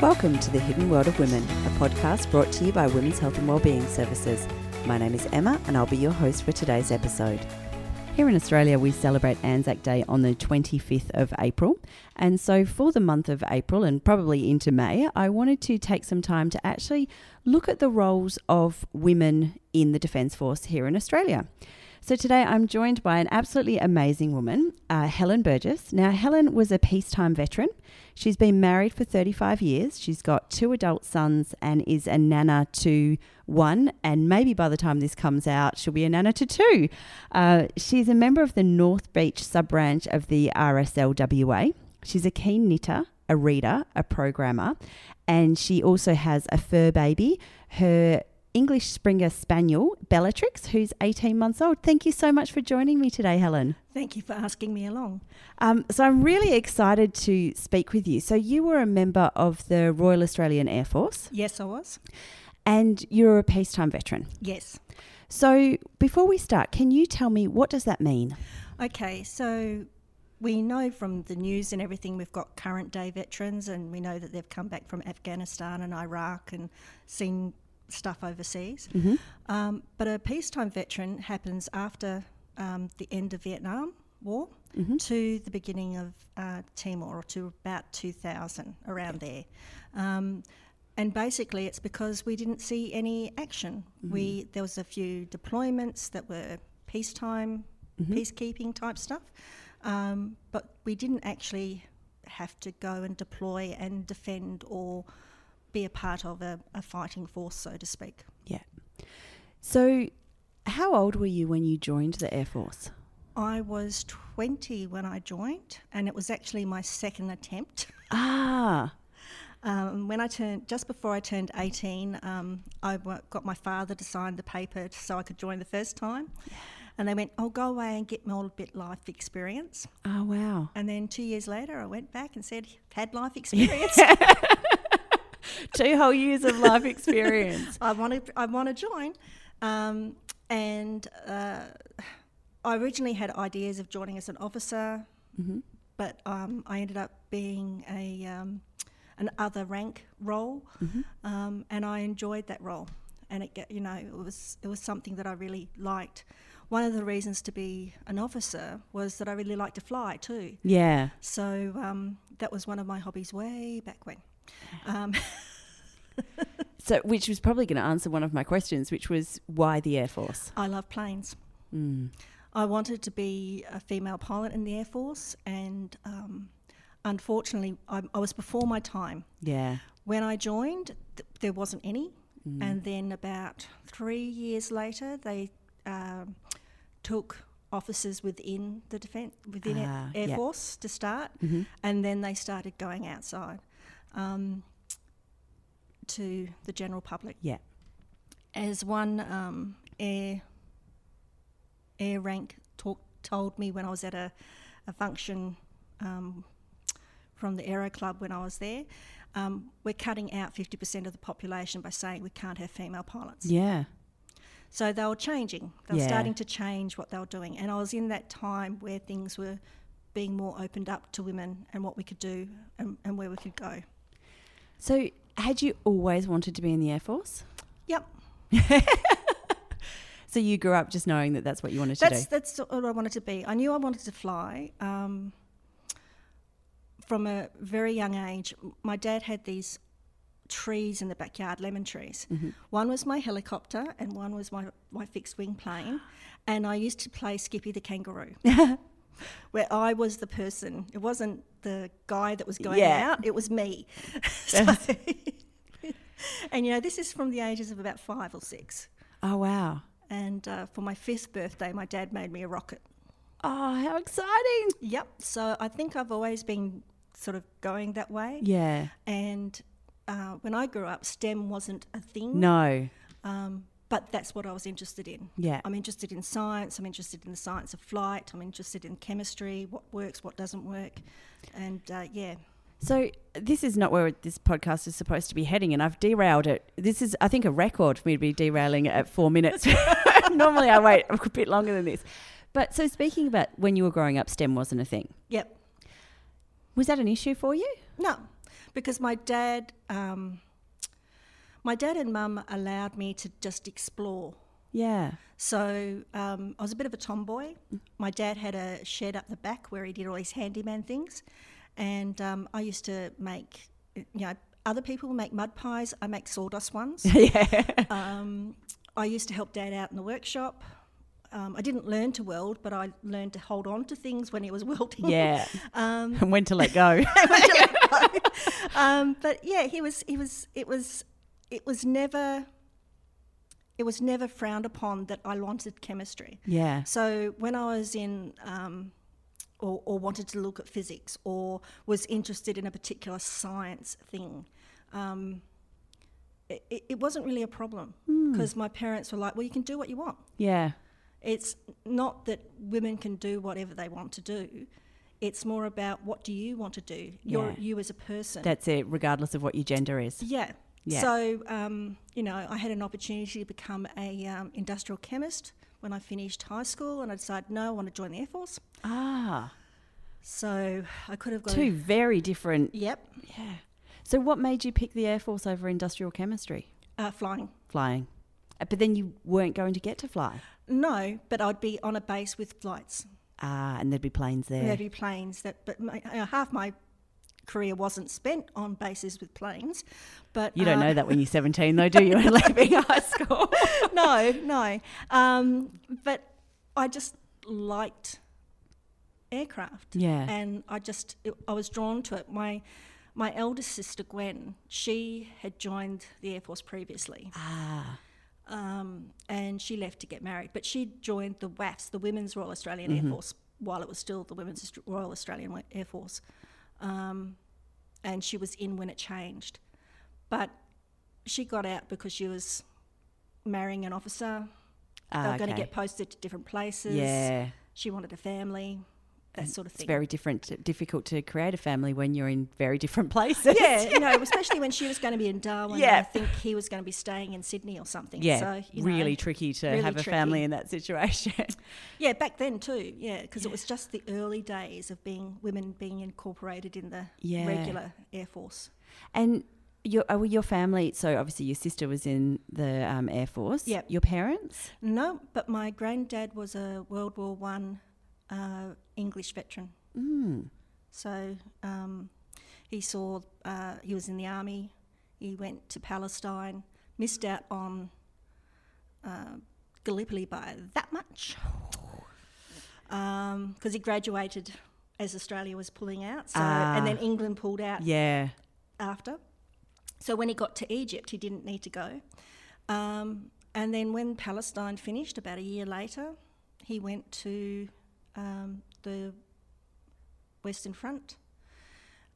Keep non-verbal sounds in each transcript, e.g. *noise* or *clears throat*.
Welcome to The Hidden World of Women, a podcast brought to you by Women's Health and Wellbeing Services. My name is Emma and I'll be your host for today's episode. Here in Australia, we celebrate Anzac Day on the 25th of April. And so, for the month of April and probably into May, I wanted to take some time to actually look at the roles of women in the Defence Force here in Australia. So, today I'm joined by an absolutely amazing woman, uh, Helen Burgess. Now, Helen was a peacetime veteran. She's been married for 35 years. She's got two adult sons and is a nana to one. And maybe by the time this comes out, she'll be a nana to two. Uh, she's a member of the North Beach sub branch of the RSLWA. She's a keen knitter, a reader, a programmer, and she also has a fur baby. Her English Springer Spaniel, Bellatrix, who's 18 months old. Thank you so much for joining me today, Helen. Thank you for asking me along. Um, so, I'm really excited to speak with you. So, you were a member of the Royal Australian Air Force Yes, I was. and you're a peacetime veteran. Yes. So, before we start, can you tell me what does that mean? Okay, so we know from the news and everything we've got current day veterans, and we know that they've come back from Afghanistan and Iraq and seen stuff overseas. Mm-hmm. Um, but a peacetime veteran happens after um, the end of Vietnam War to the beginning of uh, Timor, or to about 2000, around there. Um, and basically, it's because we didn't see any action. We there was a few deployments that were peacetime, peacekeeping type stuff, um, but we didn't actually have to go and deploy and defend or be a part of a, a fighting force, so to speak. Yeah. So, how old were you when you joined the Air Force? I was 20 when I joined, and it was actually my second attempt. *laughs* Ah, Um, when I turned, just before I turned 18, um, I w- got my father to sign the paper t- so I could join the first time. And they went, oh, go away and get more bit life experience. oh, wow. And then two years later, I went back and said, had life experience. *laughs* Two whole years of life experience. I want to, I want to join. Um, and uh, I originally had ideas of joining as an officer, but um, I ended up being a um, an other rank role, um, and I enjoyed that role. And it, ge- you know, it was it was something that I really liked. One of the reasons to be an officer was that I really liked to fly too. *laughs* Yeah. So um, that was one of my hobbies way back when. Um, *laughs* So, which was probably going to answer one of my questions, which was why the Air Force? I love planes. Mm. I wanted to be a female pilot in the Air Force, and um, unfortunately, I, I was before my time. Yeah. When I joined, th- there wasn't any, Mm. and then about three years later, they um, took officers within the defense within it- Ah, Air yeah. Force to start, Mm-hmm. and then they started going outside um, to the general public Yeah. as one um, air air rank talk, told me when I was at a, a function um, from the Aero Club when I was there, um, we're cutting out 50% of the population by saying we can't have female pilots. Yeah. So they were changing. They were Yeah. starting to change what they were doing. And I was in that time where things were being more opened up to women and what we could do and, and where we could go. So, had you always wanted to be in the Air Force? Yep. *laughs* So, you grew up just knowing that that's what you wanted to That's do? that's all I wanted to be. I knew I wanted to fly. Um, from a very young age, my dad had these trees in the backyard, lemon trees. Mm-hmm. One was my helicopter, and one was my, my fixed wing plane. And I used to play Skippy *laughs* the kangaroo, where I was the person. It wasn't the guy that was going Yeah. out; it *laughs* was me. *laughs* So- and you know, this is from the ages of about five or six. Oh, wow. And uh, for my fifth birthday, my dad made me a rocket. Oh, how exciting. Yep. So I think I've always been sort of going that way. Yeah. And uh, when I grew up, STEM wasn't a thing. No. Um, but that's what I was interested in. Yeah. I'm interested in science. I'm interested in the science of flight. I'm interested in chemistry, what works, what doesn't work. And uh, yeah. So, this is not where this podcast is supposed to be heading, and I've derailed it. This is, I think, a record for me to be derailing it at four minutes. *laughs* Normally, I wait a bit longer than this. But so, speaking about when you were growing up, STEM wasn't a thing. Yep. Was that an issue for you? No. because my dad, um, my dad and mum allowed me to just explore. Yeah. So um, I was a bit of a tomboy. My dad had a shed up the back where he did all these handyman things, and um, I used to make, you know, other people make mud pies. I make *laughs* sawdust ones. yeah. Um, I used to help Dad out in the workshop. Um, I didn't learn to weld, but I learned to hold on to things when he was *laughs* *laughs* welding. Yeah. Um, and when to let *laughs* go. um, but yeah, he was. He was. It was. It was never. It was never frowned upon that I wanted chemistry. yeah. So when I was in, um, or, or wanted to look at physics, or was interested in a particular science thing, um, it, it- it wasn't really a problem Hmm. because my parents were like, "Well, you can do what you want." Yeah. It's not that women can do whatever they want to do. It's more about what do you want to do? You're Yeah. you as a person. That's it, regardless of what your gender is. Yeah. Yeah. So, um, you know, I had an opportunity to become a um, industrial chemist when I finished high school, and I decided, no, I want to join the Air Force. Ah. So I could have gone. Two very different. Yep. Yeah. So what made you pick the Air Force over industrial chemistry? Uh, flying. Flying. Uh, But then you weren't going to get to fly. No, but I'd be on a base with flights. Ah, and there'd be planes there. There'd be planes that, but my, uh, half my career wasn't spent on bases with planes. But You don't uh, *laughs* know that when you're 17, though, do you? *laughs* And leaving high *laughs* school. no, no. Um, but I just liked aircraft. Yeah. And I just, I was drawn to it. My, my eldest sister, Gwen, she had joined the Air Force previously. Ah. Um, and she left to get married. But she joined the WAFs, the Women's Royal Australian Mm-hmm. Air Force, while it was still the Women's Aust- Royal Australian Wa- Air Force. Um, and she was in when it changed. But she got out because she was marrying an officer. They were ah, going to okay. get posted to different places. Yeah. She wanted a family, that sort of It's thing. very different, difficult to create a family when you're in very different *laughs* places. *laughs* yeah, you know, especially when she was going to be in Darwin. and Yeah. I think he was going to be staying in Sydney or something. Yeah, So, you know. really tricky to really have a tricky. family in that situation. Yeah, back then too. Yeah, because it was just the early days of being women being incorporated in the Yeah. regular Air Force. *laughs* and your uh, well, your family. So obviously, your sister was in the um, air force. Yep. Your parents. No, but my granddad was a World War One uh, English veteran. Mm. So um, he saw, uh, he was in the army, he went to Palestine, missed out on uh, Gallipoli by that much. Because he graduated as Australia was pulling out, so, and then Ah. England pulled out Yeah. after. So when he got to Egypt, he didn't need to go. Um, and then when Palestine finished, about a year later, he went to um, the Western Front.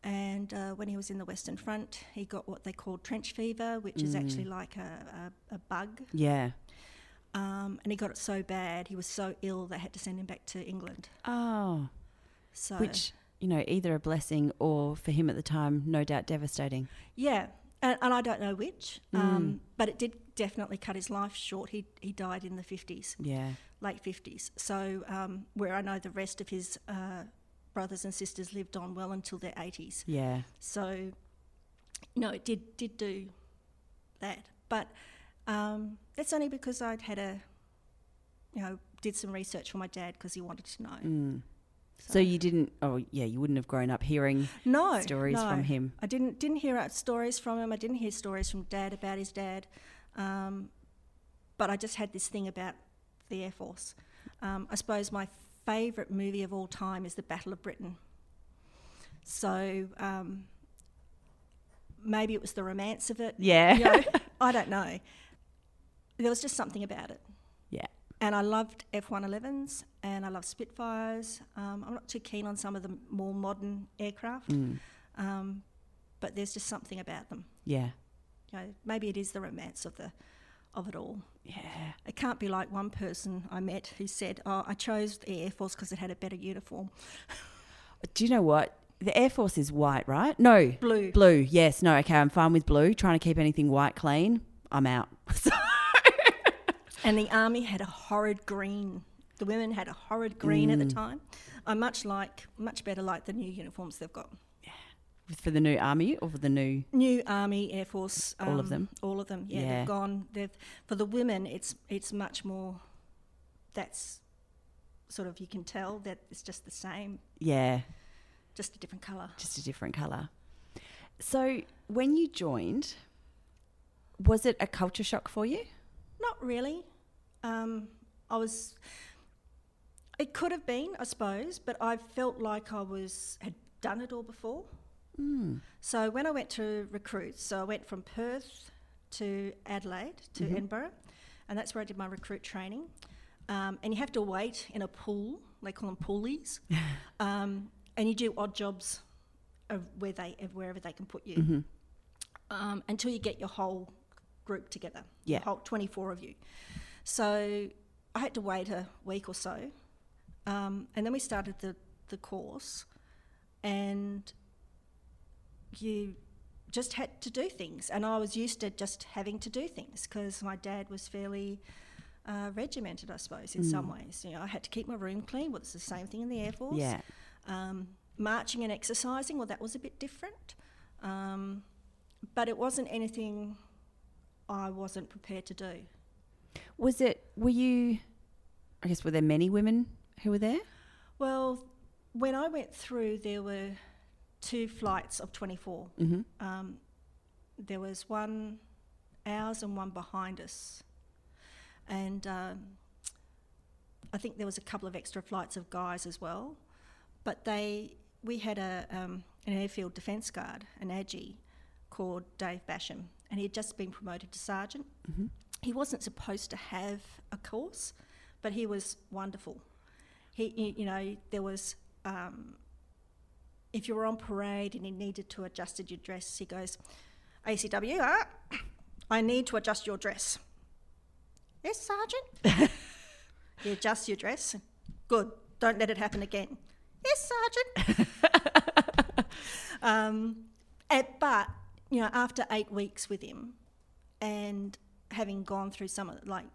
And uh, when he was in the Western Front, he got what they call trench fever, which is actually like a, a, a bug. Yeah. Um, and he got it so bad, he was so ill, they had to send him back to England. Oh, So which you know, either a blessing or for him at the time, no doubt devastating. Yeah, and, and I don't know which, Hmm. um, but it did definitely cut his life short. He he died in the fifties, Yeah. late fifties. So um, where I know the rest of his uh, brothers and sisters lived on well until their eighties. Yeah. So no, it did did do that, but um, that's only because I'd had a you know did some research for my dad because he wanted to know. Mm. So you didn't. Oh, yeah. You wouldn't have grown up hearing no stories no. from him. I didn't didn't hear out stories from him. I didn't hear stories from Dad about his dad, um, but I just had this thing about the Air Force. Um, I suppose my favourite movie of all time is the Battle of Britain. So um, maybe it was the romance of it. Yeah. *laughs* you know, I don't know. There was just something about it. Yeah. And I loved F-111s and I love Spitfires. Um, I'm not too keen on some of the more modern aircraft, Mm. um, but there's just something about them. Yeah. You know, maybe it is the romance of the of it all. Yeah. It can't be like one person I met who said, "Oh, I chose the Air Force because it had a better uniform." Do you know what? The Air Force is white, right? No. Blue. Blue, yes. No, okay, I'm fine with blue. Trying to keep anything white clean, I'm out. So- And the army had a horrid green. The women had a Mm. horrid green at the time. I much like, much better like the new uniforms they've got. for the new army or for the new New Army, Air Force, um, All of them? all of them. Yeah, Yeah. they've gone. They've for the women, it's it's much more. That's sort of you can tell that it's just the same, yeah just a different colour. just a different color so when you joined was it a culture shock for you Not really. Um, I was. It could have been, I suppose, but I felt like I was had done it all before. mm. So when I went to recruit, so I went from Perth to Adelaide to Edinburgh, and that's where I did my recruit training. Um, and you have to wait in a pool. They call them poolies, um, and you do odd jobs of where they of wherever they can put you Mm-hmm. um, until you get your whole group together. Yeah. the whole twenty four of you. So I had to wait a week or so, um, and then we started the the course, and you just had to do things. And I was used to just having to do things because my dad was fairly uh, regimented, I suppose, in some ways. You know, I had to keep my room clean. Well, it's the same thing in the Air Force. Mm. yeah Um, marching and exercising, well, that was a bit different. Um, but it wasn't anything I wasn't prepared to do. was it were you i guess were there many women who were there Well, when I went through, there were two flights of 24. Mhm. Um, there was one ours and one behind us. And um, I think there was a couple of extra flights of guys as well. But they, we had a, um, an airfield defence guard, an AGI, called Dave Basham. And he had just been promoted to sergeant. He wasn't supposed to have a course, but he was wonderful he, you, you know, there was, um, if you were on parade and he needed to adjust your dress, he goes, ACW, ah, I need to adjust your dress. Yes, Sergeant. you adjust your dress. Good. Don't let it happen again. Yes, Sergeant. um, and- but, you know, after eight weeks with him and having gone through some of, like,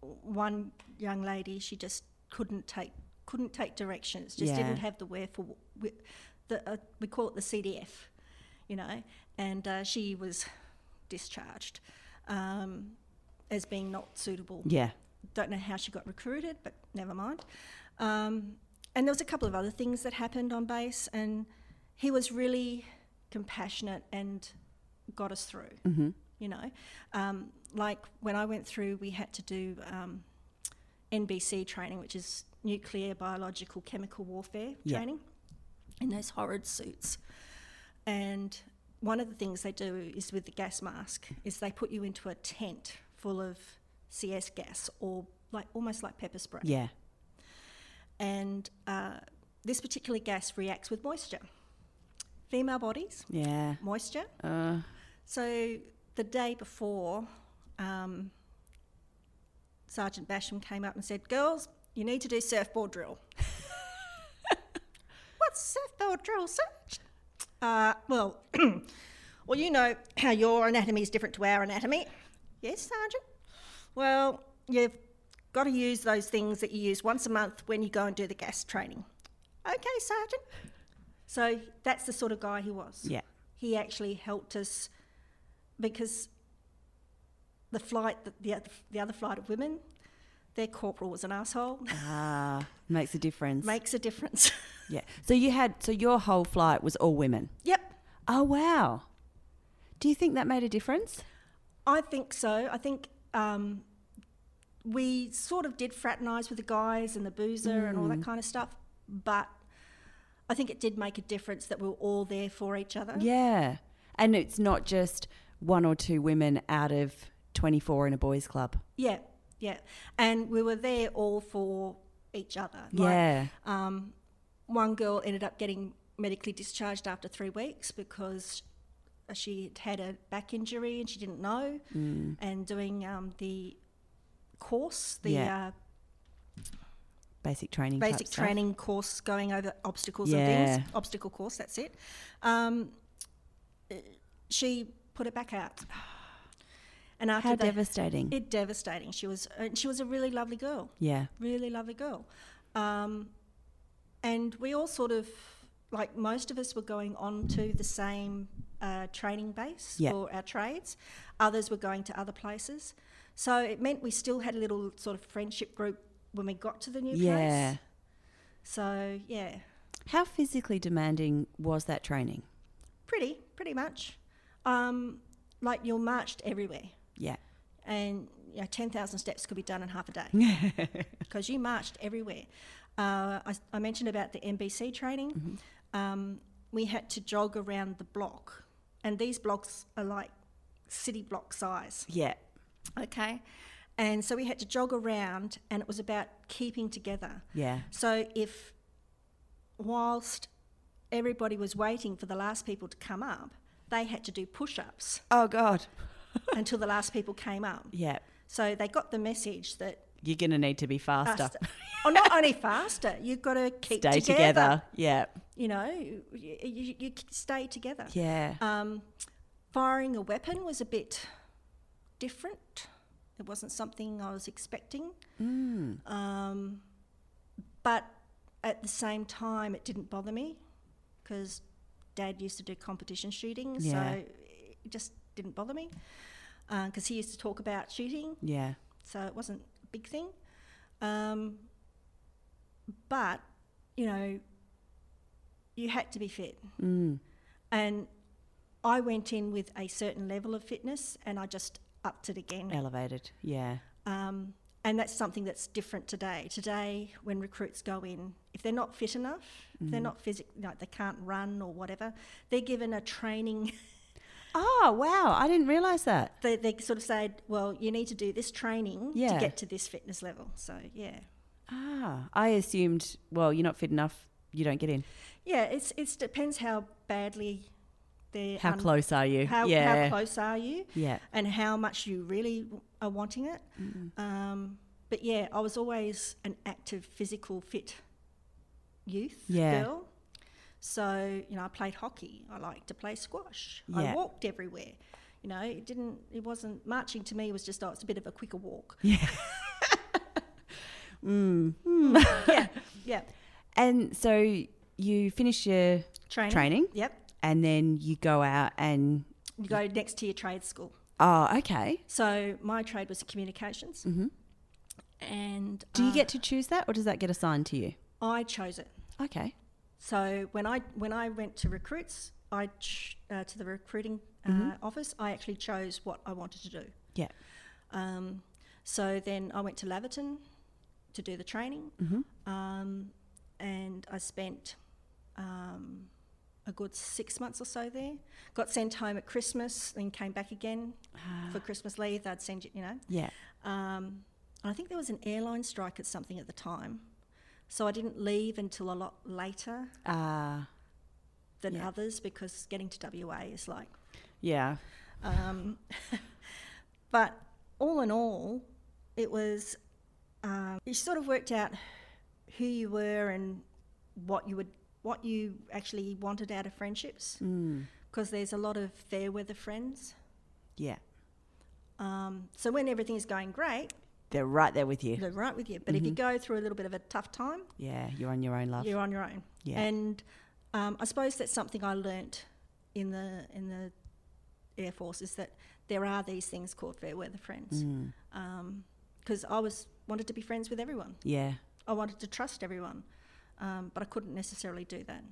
one young lady she just couldn't take couldn't take directions just Yeah. didn't have the where for we, the uh, we call it the CDF you know and uh, she was discharged um, as being not suitable yeah don't know how she got recruited, but never mind. Um, and there was a couple of other things that happened on base, and he was really compassionate and got us through. Mm-hmm. You know, um, like when I went through, we had to do um, NBC training, which is nuclear, biological, chemical warfare Yeah. training, in those horrid suits. And one of the things they do is with the gas mask is they put you into a tent full of CS gas or like almost like pepper spray. yeah And uh, this particular gas reacts with moisture. Female bodies, yeah moisture. uh, So the day before, um, Sergeant Basham came up and said, "Girls, you need to do surfboard drill." *laughs* What's surfboard drill, Sergeant? Uh, well, *clears throat* well, you know how your anatomy is different to our anatomy. Yes, Sergeant. Well, you've got to use those things that you use once a month when you go and do the gas training. Okay, Sergeant. So that's the sort of guy he was yeah he actually helped us because the flight, the, the, oth- the other flight of women, their corporal was an asshole. ah makes a difference Makes a difference. *laughs* yeah so you had so your whole flight was all women yep, oh wow do you think that made a difference I think so. I think um, we sort of did fraternise with the guys and the boozer and all that Mm. kind of stuff, but I think it did make a difference that we were all there for each Uh-huh. other. yeah and it's not just one or two women out of 24 in a boys club Yeah, yeah. And we were there all for each other. Like, yeah Um, one girl ended up getting medically discharged after three weeks because she had had a back injury and she didn't know. Mm. And doing um, the course, the Yeah. uh, basic training type basic stuff. training course, going over obstacles and Yeah. things, obstacle course, that's it. Um, uh, she put it back out. And after how that, devastating it devastating. She was, and she was a really lovely girl yeah really lovely girl. Um, and we all sort of like most of us were going on to the same uh, training base Yeah. for our trades. Others were going to other places. So it meant we still had a little sort of friendship group when we got to the new Yeah. place. So yeah, How physically demanding was that training? pretty pretty much. Um, like you're marched everywhere, Yeah. and you know, ten thousand steps could be done in half a day *laughs* because you marched everywhere. Uh, I, I mentioned about the NBC training. Mm-hmm. Um, we had to jog around the block, and these blocks are like city block size. Yeah. Okay. And so we had to jog around, and it was about keeping together. Yeah. So if, whilst everybody was waiting for the last people to come up, they had to do push ups Oh God. *laughs* until the last people came up. Yeah. So they got the message that You're gonna need to be faster. faster. or not only faster, you've got to keep Stay together. together, Yeah. You know, you, you, you stay together. Yeah. Um, firing a weapon was a bit different. It wasn't something I was expecting. Mm. Um, but at the same time, it didn't bother me because Dad used to do competition shooting, Yeah. so it just didn't bother me because he used to talk about shooting, yeah. so it wasn't a big thing. Um, but you know, you had to be fit. Mm. And I went in with a certain level of fitness and I just upped it again. Elevated. Yeah. Um, and that's something that's different today. Today, when recruits go in, if they're not fit enough, if Mm. Mm-hmm. they're not physic, like they can't run or whatever, they're given a training. *laughs* Oh wow! I didn't realize that. they, they sort of say, well, you need to do this training Yeah. to get to this fitness level. So, yeah. Ah, I assumed. Well, you're not fit enough. You don't get in. Yeah, it's it depends how badly they're. How un- close are you? How, yeah. how close are you? Yeah. and how much you really w- are wanting it. Um, but yeah, I was always an active, physical, fit youth Yeah. girl. So you know, I played hockey. I liked to play squash. Yeah. I walked everywhere. You know, it didn't. It wasn't marching to me. Was just oh, it's a bit of a quicker walk. Yeah. yeah. Yeah. Mm. And so you finish your Training. training, Yep. and then you go out and You go next to your trade school. oh, okay. So my trade was communications. And Mm-hmm. Do you uh, get to choose that, or does that get assigned to you? I chose it. Okay. So when I when I went to recruits, I ch- uh, to the recruiting uh, office, I actually chose what I wanted to do. Mm-hmm. Yeah. Um, so then I went to Laverton to do the training, Mm-hmm. um, and I spent um, a good six months or so there. Got sent home at Christmas, then came back again Ah. for Christmas leave. They'd send you, you know. Yeah. Um, and I think there was an airline strike at something at the time, so I didn't leave until a lot later Ah. than Yeah. others because getting to WA is like. yeah. Um, *laughs* but all in all, it was um, you sort of worked out who you were and what you would what you actually wanted out of friendships Mm. because there's a lot of fair weather friends. Yeah. Um, so when everything is going great, They're right there with you. they're right with you. But if you go through a little bit of a tough time, Yeah. You're on your own, love. you're on your own. Yeah. And um, I suppose that's something I learnt in the in the Air Force is that there are these things called fair weather friends. Mm. Because I was wanted to be friends with everyone. yeah. I wanted to trust everyone, um, but I couldn't necessarily do that.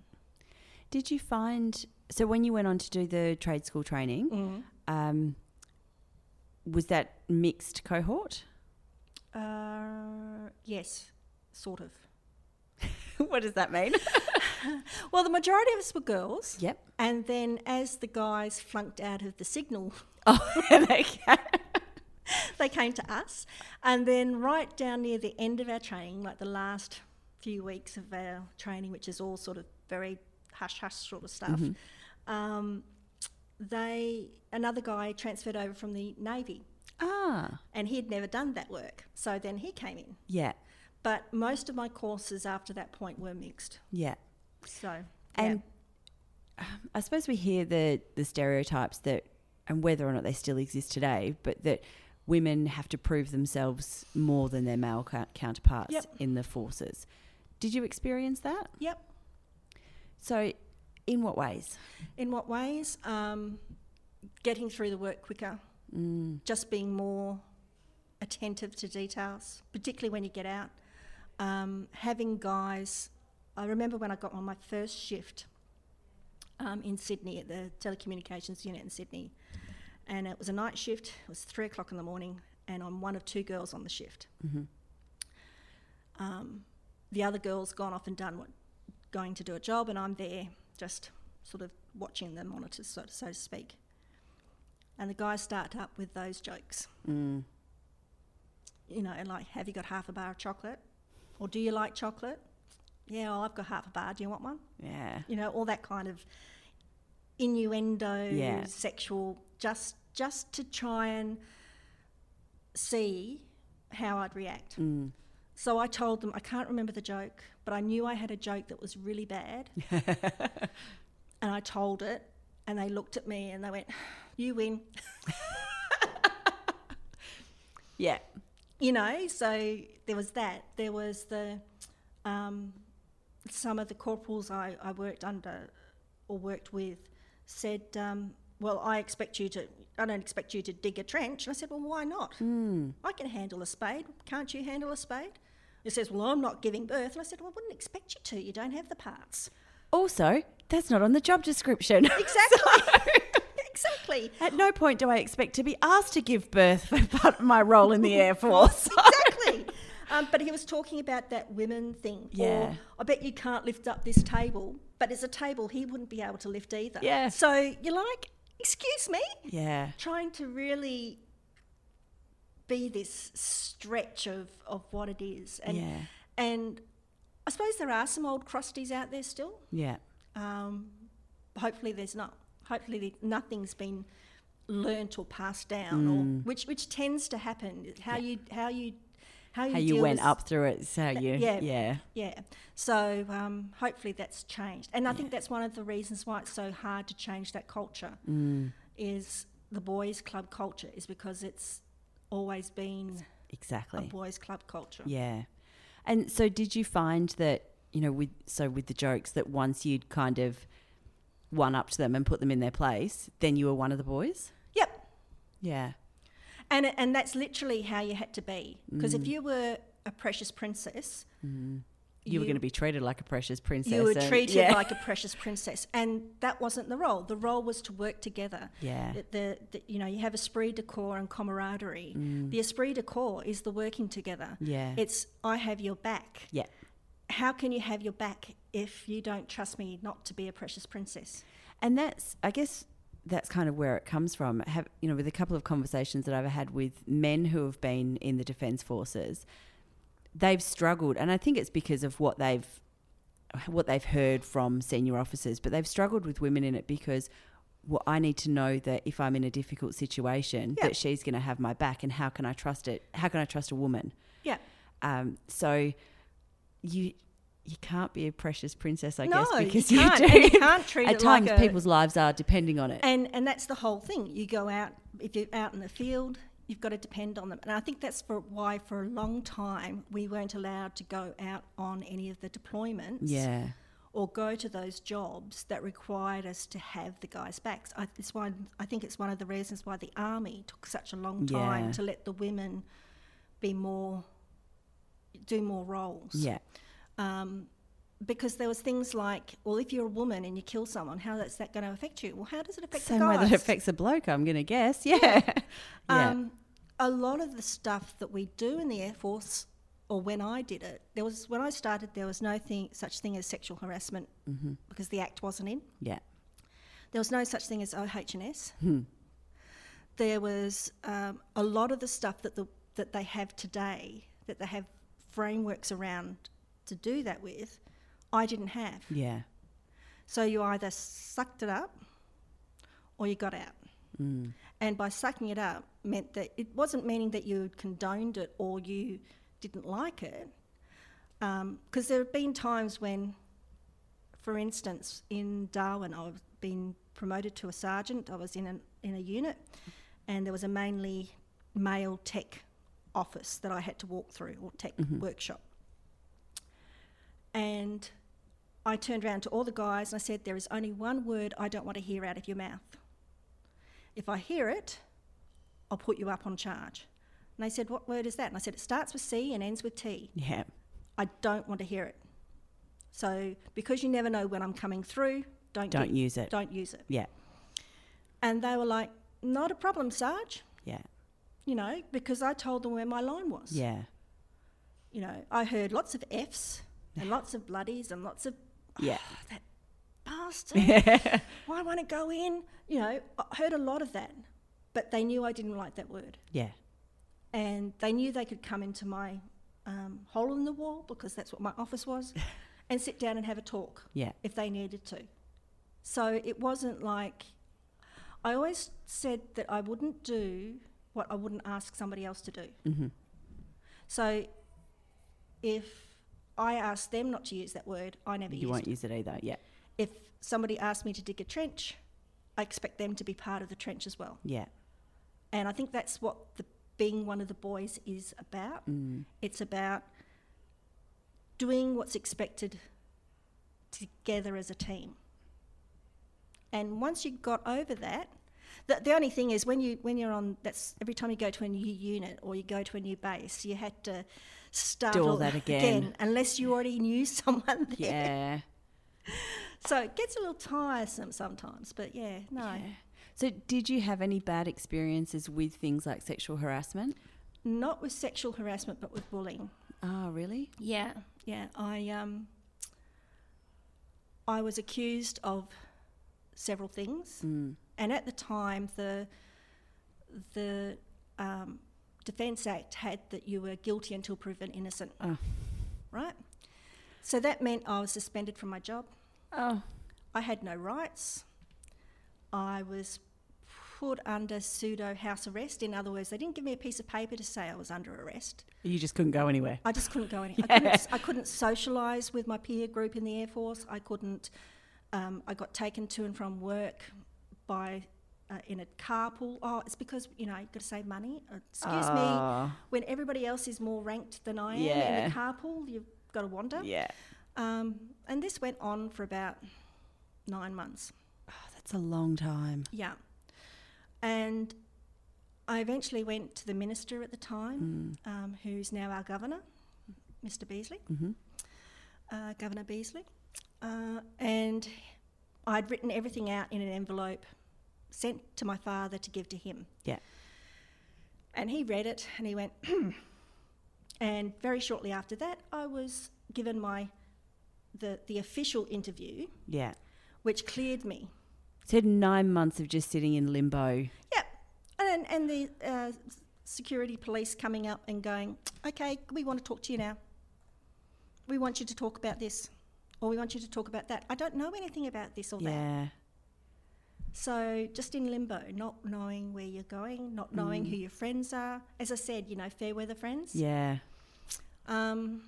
Did you find so when you went on to do the trade school training? Mm-hmm. Um, was that mixed cohort? *laughs* Uh, yes, sort of. what does that *laughs* mean? Well, the majority of us were girls, Yep. *laughs* and then as the guys flunked out of the signal Oh, okay. they came to us, and then right down near the end of our training, like the last few weeks of our training, which is all sort of very hush hush sort of stuff, um, they another guy transferred over from the navy, Ah. and he'd never done that work, so then he came in. Yeah. But most of my courses after that point were mixed, Yeah. so And um, I suppose we hear the the stereotypes that, and whether or not they still exist today, but that women have to prove themselves more than their male cou- counterparts Yep. in the forces. Did you experience that? yeah. yep, So, in what ways? In what ways? Um, getting through the work quicker, Mm, just being more attentive to details, particularly when you get out. Um, having guys, I remember when I got on my first shift um, in Sydney at the telecommunications unit in Sydney, and it was a night shift. It was three o'clock in the morning, and I'm one of two girls on the shift. mm-hmm. Um, the other girl's gone off and done what going to do a job, and I'm there just sort of watching the monitors, so, so to speak. And the guys start up with those jokes. Mm, You know, like, have you got half a bar of chocolate? Or do you like chocolate? Yeah, well, I've got half a bar. Do you want one? Yeah. You know, all that kind of innuendo, Yeah. sexual, just just to try and see how I'd react. Mm. So I told them I can't remember the joke, but I knew I had a joke that was really bad, and I told it, and they looked at me and they went, "You win." *laughs* Yeah. you know so there was that there was the um, some of the corporals I, I worked under or worked with said um, well i expect you to i don't expect you to dig a trench and i said well why not Mm. i can handle a spade can't you handle a spade he says well i'm not giving birth and i said well i wouldn't expect you to you don't have the parts Also, that's not on the job description. *laughs* exactly *laughs* exactly At no point do I expect to be asked to give birth *laughs* for part of my role in the *laughs* Air Force. *laughs* exactly. Um, but he was talking about that women thing. or, Yeah. I bet you can't lift up this table, but it's a table he wouldn't be able to lift either. Yeah. So you're like, excuse me? yeah. Trying to really be this stretch of, of what it is. And, Yeah. and I suppose there are some old crusties out there still. Yeah. Um, hopefully, there's not. Hopefully, the- nothing's been learnt or passed down, Mm. or which which tends to happen. How you how you how you, How you deal went with- up through it, so you. yeah. Yeah. Yeah. So um, hopefully that's changed, and I think that's one of the reasons why it's so hard to change that culture. Mm. Is the boys' club culture is because it's always been a Exactly. boys' club culture. Yeah. And so did you find that, you know, with so with the jokes that once you'd kind of one upped them and put them in their place, then you were one of the boys? Yep. Yeah. And and that's literally how you had to be. Because Mm. if you were a precious princess, You, were going to be treated like a precious princess. You were and- treated yeah. like a precious princess, and that wasn't the role. The role was to work together. *laughs* Yeah. The, the, the- you know you have esprit de corps and camaraderie. Mm. The esprit de corps is the working together. Yeah. It's I have your back. yeah. How can you have your back if you don't trust me not to be a precious princess? And that's, I guess, that's kind of where it comes from. Have you know, with a couple of conversations that I've had with men who have been in the defence forces, they've struggled, and I think it's because of what they've what they've heard from senior officers, but they've struggled with women in it because. Well, I need to know that if I'm in a difficult situation, Yeah. that she's going to have my back, and how can I trust it? How can I trust a woman? Yeah. Um, so, you you can't be a precious princess, I no, guess, because you you, can't. do and you can't treat at it times like a, people's lives are depending on it. And and that's the whole thing. You go out if you're out in the field, you've got to depend on them. And I think that's for why for a long time we weren't allowed to go out on any of the deployments yeah. or go to those jobs that required us to have the guys' backs. I, it's why I think it's one of the reasons why the army took such a long time Yeah. to let the women be more do more roles Yeah. um, because there was things like, well, if you're a woman and you kill someone, how is that going to affect you? Well, how does it affect Same the way guys? that it affects a bloke, I'm going to guess. Yeah. *laughs* Yeah. um, A lot of the stuff that we do in the Air Force, or when I did it, there was when I started, there was no thing, such thing as sexual harassment Mm-hmm. because the Act wasn't in. yeah. There was no such thing as OH&S. There was um, a lot of the stuff that the, that they have today, that they have frameworks around to do that with. I didn't have. Yeah. So you either sucked it up or you got out. And by sucking it up meant that it wasn't meaning that you condoned it or you didn't like it. Because there have been times when, for instance, in Darwin, I've been promoted to a sergeant. I was in, an, in a unit and there was a mainly male tech office that I had to walk through or tech workshop. And I turned around to all the guys and I said, There is only one word I don't want to hear out of your mouth. If I hear it, I'll put you up on charge. And they said, What word is that? And I said, It starts with C and ends with T. Yeah. I don't want to hear it. So because you never know when I'm coming through, don't Don't get- use it. Don't use it. Yeah. And they were like, Not a problem, Sarge. Yeah. You know, because I told them where my line was. Yeah. You know, I heard lots of Fs *sighs* and lots of bloodies and lots of Yeah. that bastard. Why won't it go in? You know, I heard a lot of that, but they knew I didn't like that word. yeah. And they knew they could come into my um, hole in the wall because that's what my office was and sit down and have a talk Yeah. if they needed to. So it wasn't like I always said that I wouldn't do what I wouldn't ask somebody else to do. Mm-hmm. So if I asked them not to use that word, I never You used won't it. use it either. Yeah. If somebody asked me to dig a trench, I expect them to be part of the trench as well. *laughs* Yeah. And I think that's what the being one of the boys is about. Mm. It's about doing what's expected together as a team. And once you got over that, the, the only thing is when you when you're on that's every time you go to a new unit or you go to a new base, you had to start all all *laughs* that again. unless you already knew *laughs* someone there. Yeah. So it gets a little tiresome sometimes, but yeah, no. Yeah. So, did you have any bad experiences with things like sexual harassment? Not with sexual harassment, but with bullying. Ah, Oh, really? Yeah, yeah. I um, I was accused of several things, Mm. and at the time, the the um, Defence Act had that you were guilty until proven innocent, Oh. right? So that meant I was suspended from my job. Oh. I had no rights. I was put under pseudo house arrest. In other words, they didn't give me a piece of paper to say I was under arrest. You just couldn't go anywhere. I just couldn't go any. I couldn't, I couldn't socialise with my peer group in the Air Force. I couldn't. Um, I got taken to and from work by uh, in a carpool. Oh, it's because you know you've got to save money. Uh, Excuse me. Oh, When everybody else is more ranked than I am Yeah. in the carpool, you've got to wander. Yeah. Um, and this went on for about nine months. Oh, that's a long time. Yeah. And I eventually went to the minister at the Mm. time, um, who's now our governor, Mr. Beasley, Mhm. uh, Governor Beasley. Uh, and I'd written everything out in an envelope, sent to my father to give to him. Yeah. And he read it and he went, "Hmm." and very shortly after that, I was given my the, the official interview, Yeah. which cleared me. So, you had nine months of just sitting in limbo. Yep. And and the uh, s- security police coming up and going, okay, we want to talk to you now. We want you to talk about this, or we want you to talk about that. I don't know anything about this or that. Yeah. So just in limbo, not knowing where you're going, Mm. not knowing who your friends are. As I said, you know, fair weather friends. Yeah. Um,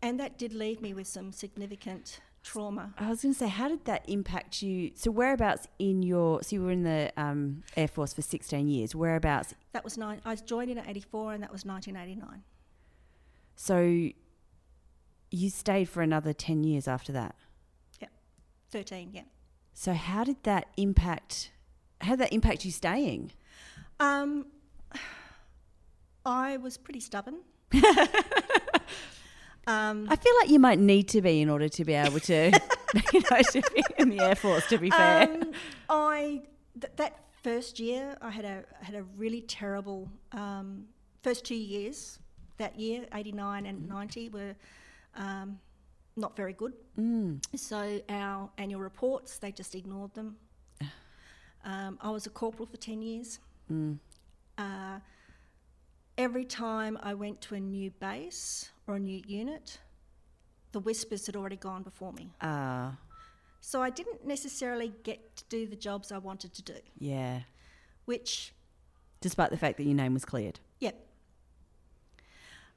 and that did leave me with some significant trauma. I was going to say, how did that impact you? So, whereabouts in your. So, you were in the um, Air Force for 16 years. Whereabouts? That was nine. I joined in at 84, and that was 1989. So, you stayed for another 10 years after that. 13, yeah. So, how did that impact. How did that impact you staying? Um, *sighs* I was *laughs* pretty stubborn. um, I feel like you might need to be in order to be able to, *laughs* you know, to be in the Air Force, to be fair. um, I th- that first year I had a had a really terrible um, first two years. That year, eighty nine Mm-hmm. and ninety were um, not very good. mm, So our annual reports they just ignored them. *sighs* Um, I was a corporal for ten years. mm, uh, every time I went to a new base or a new unit, the whispers had already gone before me. uh, So I didn't necessarily get to do the jobs I wanted to do, yeah. which, Despite the fact that your name was cleared. yep.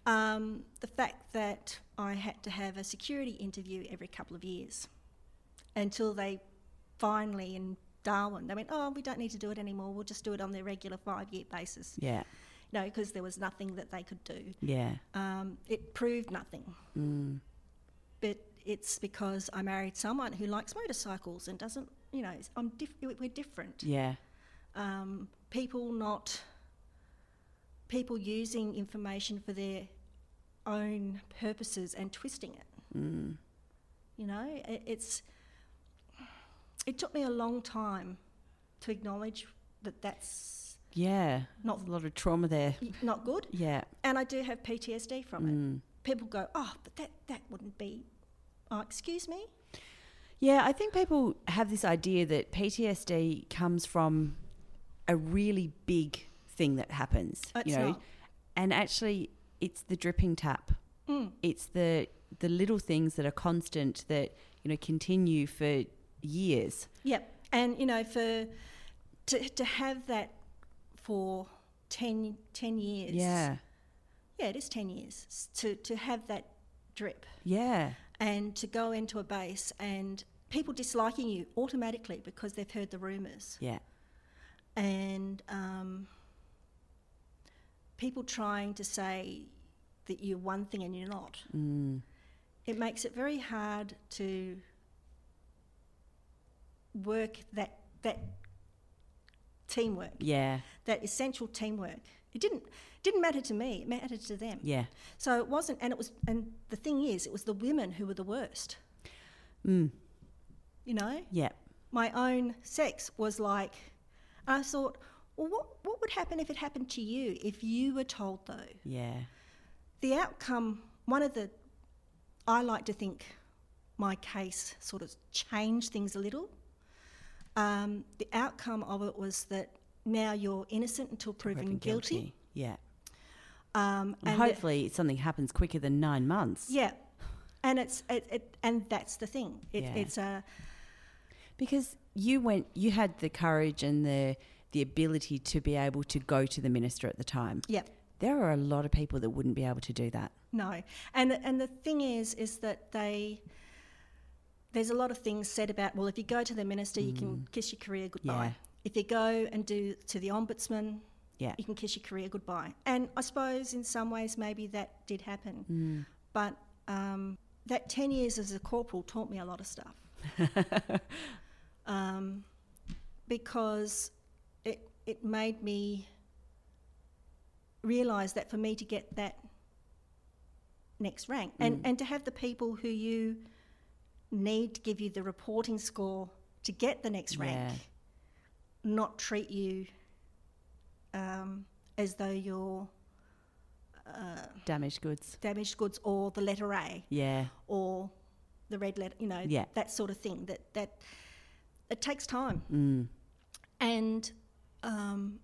Um, the fact that I had to have a security interview every couple of years until they finally, in Darwin, they went, oh, we don't need to do it anymore. We'll just do it on their regular five year basis. Yeah. No, because there was nothing that they could do. Yeah. Um, it proved nothing. Mm, But it's because I married someone who likes motorcycles and doesn't, you know, it's, I'm diff- we're different. Yeah. Um, people not, people using information for their own purposes and twisting it. Mm. You know, it, it's, it took me a long time to acknowledge that that's Yeah. Not- There's a lot of trauma there. not good. Yeah. And I do have PTSD from it. Mm. People go, oh, but that, that wouldn't be, oh, excuse me? Yeah, I think people have this idea that PTSD comes from a really big thing that happens, Oh, It's you know, not. and actually it's the dripping tap. Mm. It's the the little things that are constant that you know continue for years. Yep. And, you know, for to, to have that for 10, 10 years. yeah, Yeah, it is 10 years. S- To, to have that drip yeah, and to go into a base and people disliking you automatically because they've heard the rumours. yeah, And um, people trying to say that you're one thing and you're not. mm. It makes it very hard to work that, that teamwork. yeah, that essential teamwork. It didn't didn't matter to me. It mattered to them. yeah. So it wasn't, and it was, and the thing is, it was the women who were the worst. Mm. You know, Yeah, my own sex was like, I thought, well, what what would happen if it happened to you if you were told though? yeah, The outcome. One of the, I like to think, my case sort of changed things a little. Um, the outcome of it was that now you're innocent until proven, Proven guilty. Yeah, Um, and the- hopefully something happens quicker than nine months. Yeah, and it's it, it and that's the thing. It, Yeah. It's a Because you went, you had the courage and the the ability to be able to go to the minister at the time. yeah, There are a lot of people that wouldn't be able to do that. no, and and the thing is, is that they. There's a lot of things said about well, if you go to the minister, you can kiss your career goodbye. Mm. Yeah. If you go and do to the ombudsman, Yeah. you can kiss your career goodbye. And I suppose in some ways maybe that did happen, Mm. *laughs* but um, that ten years as a corporal taught me a lot of stuff. um, because it it made me realise that for me to get that next rank and Mm. and to have the people who you need to give you the reporting score to get the next rank Yeah. not treat you um, as though you're uh, Damaged goods. damaged goods or the letter A Yeah. or the red letter, you know, Yeah. that sort of thing. That that it takes time, Mm. and um,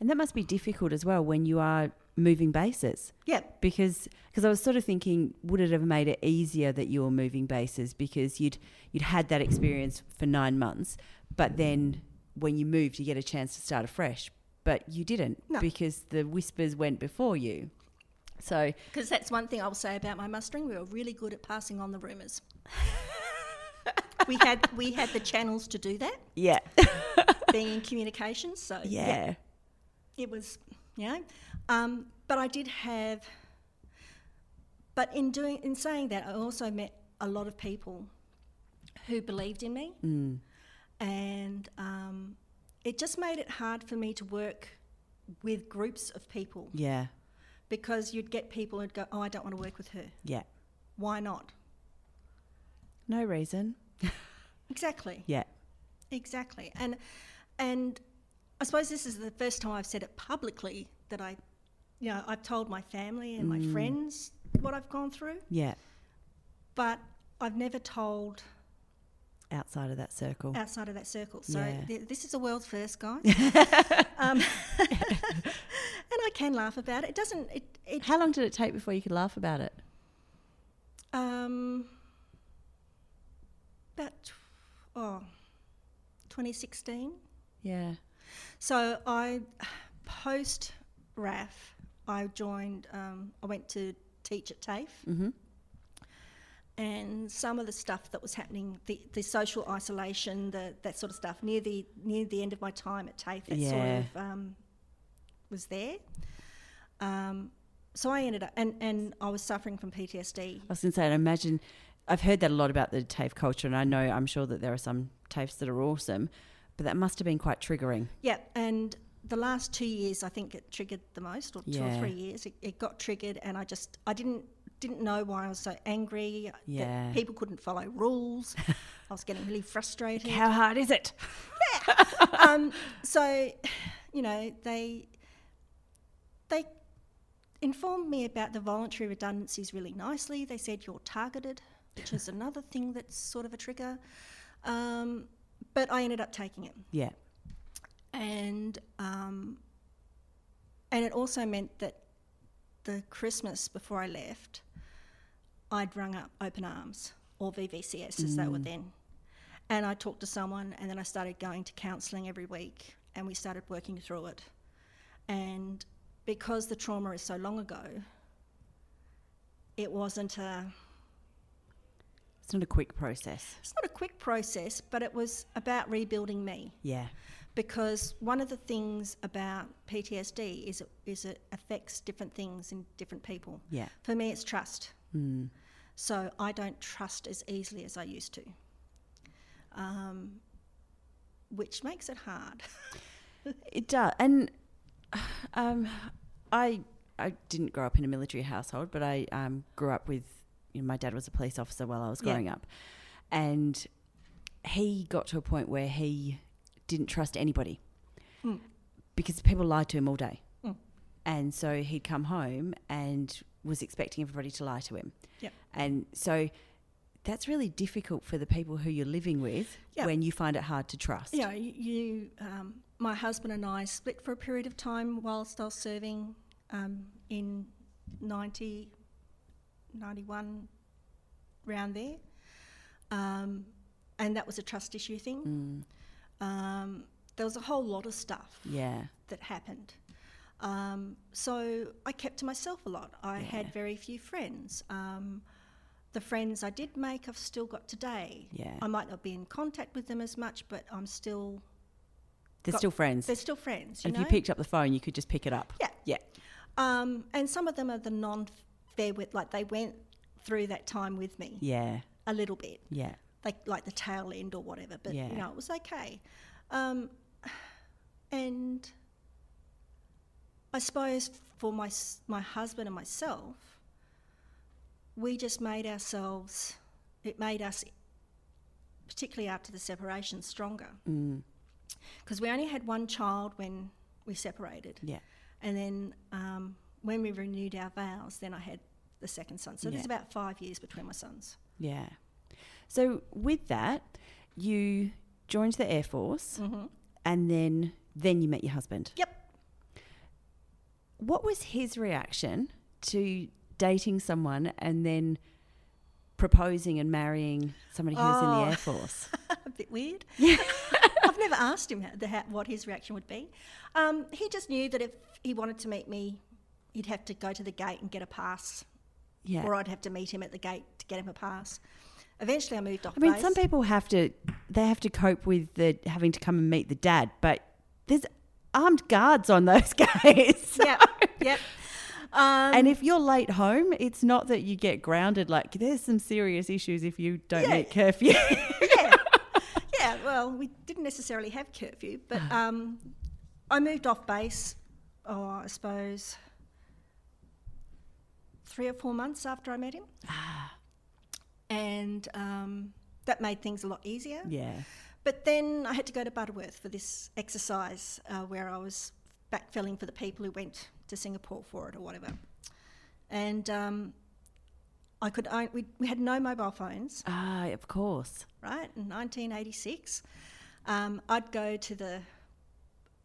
And that must be difficult as well when you are moving bases. yeah, Because cause I was sort of thinking, would it have made it easier that you were moving bases because you'd you'd had that experience for nine months, but then when you moved, you get a chance to start afresh. But you didn't No. because the whispers went before you. So because that's one thing I'll say about my mustering. We were really good at passing on the rumours. *laughs* we had we had the channels to do that, yeah, being in communications. So uh, yeah, it was you know um, but i did have but in doing in saying that i also met a lot of people who believed in me Mm. and um, it just made it hard for me to work with groups of people yeah, because you'd get people who'd go oh i don't want to work with her yeah. why not No reason. exactly Yeah, exactly and and i suppose this is the first time i've said it publicly that i you know i've told my family and Mm. my friends what i've gone through yeah. but I've never told Outside of that circle. *laughs* outside of that circle. So Oh. Yeah. th- this is a world's first, *laughs* guys. *laughs* um, and I can laugh about it. It doesn't. It. it How long did it take before you could laugh about it? um, about tw- oh, 2016. Yeah. So I post RAF. I joined. Um, I went to teach at TAFE. Mm-hmm. and some of the stuff that was happening, the, the social isolation, the, that sort of stuff, near the near the end of my time at TAFE, that Yeah. sort of um, was there. Um, so I ended up, and, and I was suffering from PTSD. I was going to say, I imagine I've heard that a lot about the TAFE culture, and I know I'm sure that there are some TAFEs that are awesome, but that must have been quite triggering. Yeah, and the last two years, I think it triggered the most, or two Yeah. or three years, it, it got triggered, and I just I didn't didn't know why I was so angry. that Yeah. people couldn't follow rules. I was getting really frustrated. How hard is it? um, so, you know, they they informed me about the voluntary redundancies really nicely. They said you're targeted, which is another thing that's sort of a trigger. Um, but I ended up taking it, Yeah. and um, and it also meant that the Christmas before I left, I'd rung up Open Arms or VVCS as they were then. And I talked to someone, and then I started going to counselling every week, and we started working through it. And because the trauma is so long ago, it wasn't a, It's not a quick process. it's not a quick process, but it was about rebuilding me. Yeah. because one of the things about PTSD is it, is it affects different things in different people. Yeah. For me, it's trust. Hmm. So I don't trust as easily as I used to, um, which makes it hard. *laughs* It does, and *sighs* um, I I didn't grow up in a military household, but I um, grew up with you know, my dad was a police officer while I was Yeah. growing up, and he got to a point where he didn't trust anybody Hmm. because people lied to him all day, Mm. and so he'd come home and was expecting everybody to lie to him, Yep. and so. That's really difficult for the people who you're living with Yeah. when you find it hard to trust. You know, you, you um, my husband and I split for a period of time whilst I was serving um, in 90, 91, round there. Um, and that was a trust issue Mm, thing. Um, there was a whole lot of stuff Yeah. that happened. Um, so I kept to myself a lot. I had very few friends. Um, the friends I did make, I've still got today. Yeah. I might not be in contact with them as much, but I'm still They're Got- still friends. they're still friends. You And know? if you picked up the phone, you could just pick it up. Yeah. Yeah. um, and some of them are the non-fair with, like they went through that time with me Yeah. a little bit. Yeah. like like the tail end or whatever. But Yeah. you know, it was okay. Um, and I suppose for my s- my husband and myself, we just made ourselves. It made us, particularly after the separation, stronger. mm, Because we only had one child when we separated, Yeah. and then um, when we renewed our vows, then I had the second son. So there's Yeah. about five years between my sons. Yeah. So with that, you joined the Air Force Mm-hmm. and then then you met your husband. Yep. What was his reaction to dating someone and then proposing and marrying somebody who was in Oh. the Air *laughs* Force? a bit *laughs* weird. *laughs* I've never asked him how, the, how, what his reaction would be. Um, he just knew that if he wanted to meet me, he'd have to go to the gate and get a pass, Yeah. or I'd have to meet him at the gate to get him a pass. Eventually, I moved off. I mean, base. *laughs* some people have to they have to cope with the having to come and meet the dad, but there's armed guards on those *laughs* guys. Yep, *laughs* yep. Um, and if you're late home, it's not that you get grounded. Like there's some serious issues if you don't Yeah. meet *laughs* curfew. yeah, yeah. Well, we didn't necessarily have curfew, but um, I moved off base. Oh, I suppose three or four months after I met him, and um, that made things a lot easier. yeah, But then I had to go to Butterworth for this exercise uh, where I was backfilling for the people who went to Singapore for it or whatever. And um, I could on- we, we had no mobile phones, ah, of course. right? In 1986, um, I'd go to the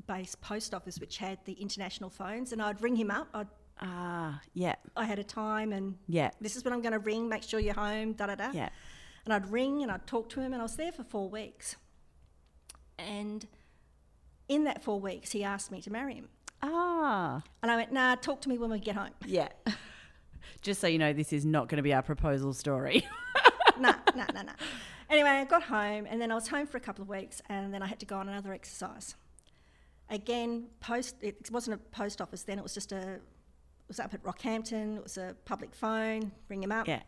base post office which had the international phones, and I'd ring him up. I'd, Ah, yeah, I had a time, and yeah, this is when I'm going to ring. Make sure you're home. Da da da. yeah. And I'd ring and I'd talk to him, and I was there for four weeks. And in that four weeks, he asked me to marry him. Ah, And I went, nah, talk to me when we get home. yeah. *laughs* Just so you know, this is not going to be our proposal story. *laughs* nah, nah, nah, nah. Anyway, I got home, and then I was home for a couple of weeks, and then I had to go on another exercise. Again, post, it wasn't a post office then, it was just a, it was up at Rockhampton, it was a public phone, ring him up. yeah,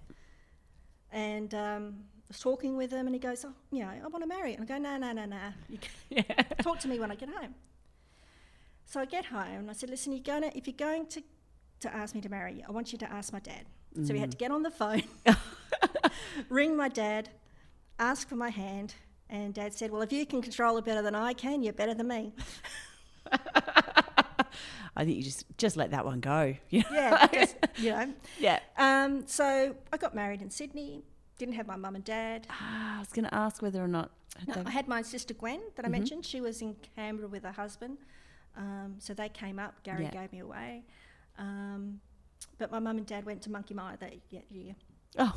And um, I was talking with him, and he goes, "Oh, you know, I want to marry." And I go, "No, no, no, no. You can Yeah. talk to me when I get home." So I get home, and I said, "Listen, you're gonna if you're going to to ask me to marry you, I want you to ask my dad." So we had to get on the phone, ring my dad, ask for my hand, and Dad said, "Well, if you can control it better than I can, you're better than me." *laughs* I think you just just let that one go. *laughs* Yeah. Yeah, just, you know. Yeah. Um, so I got married in Sydney. Didn't have my mum and dad. Ah, I was going to ask whether or not. No, they- I had my sister Gwen Mm-hmm. that I mentioned. She was in Canberra with her husband, um, so they came up. Gary Yeah. gave me away, um, but my mum and dad went to Monkey Mire that ye- year Oh,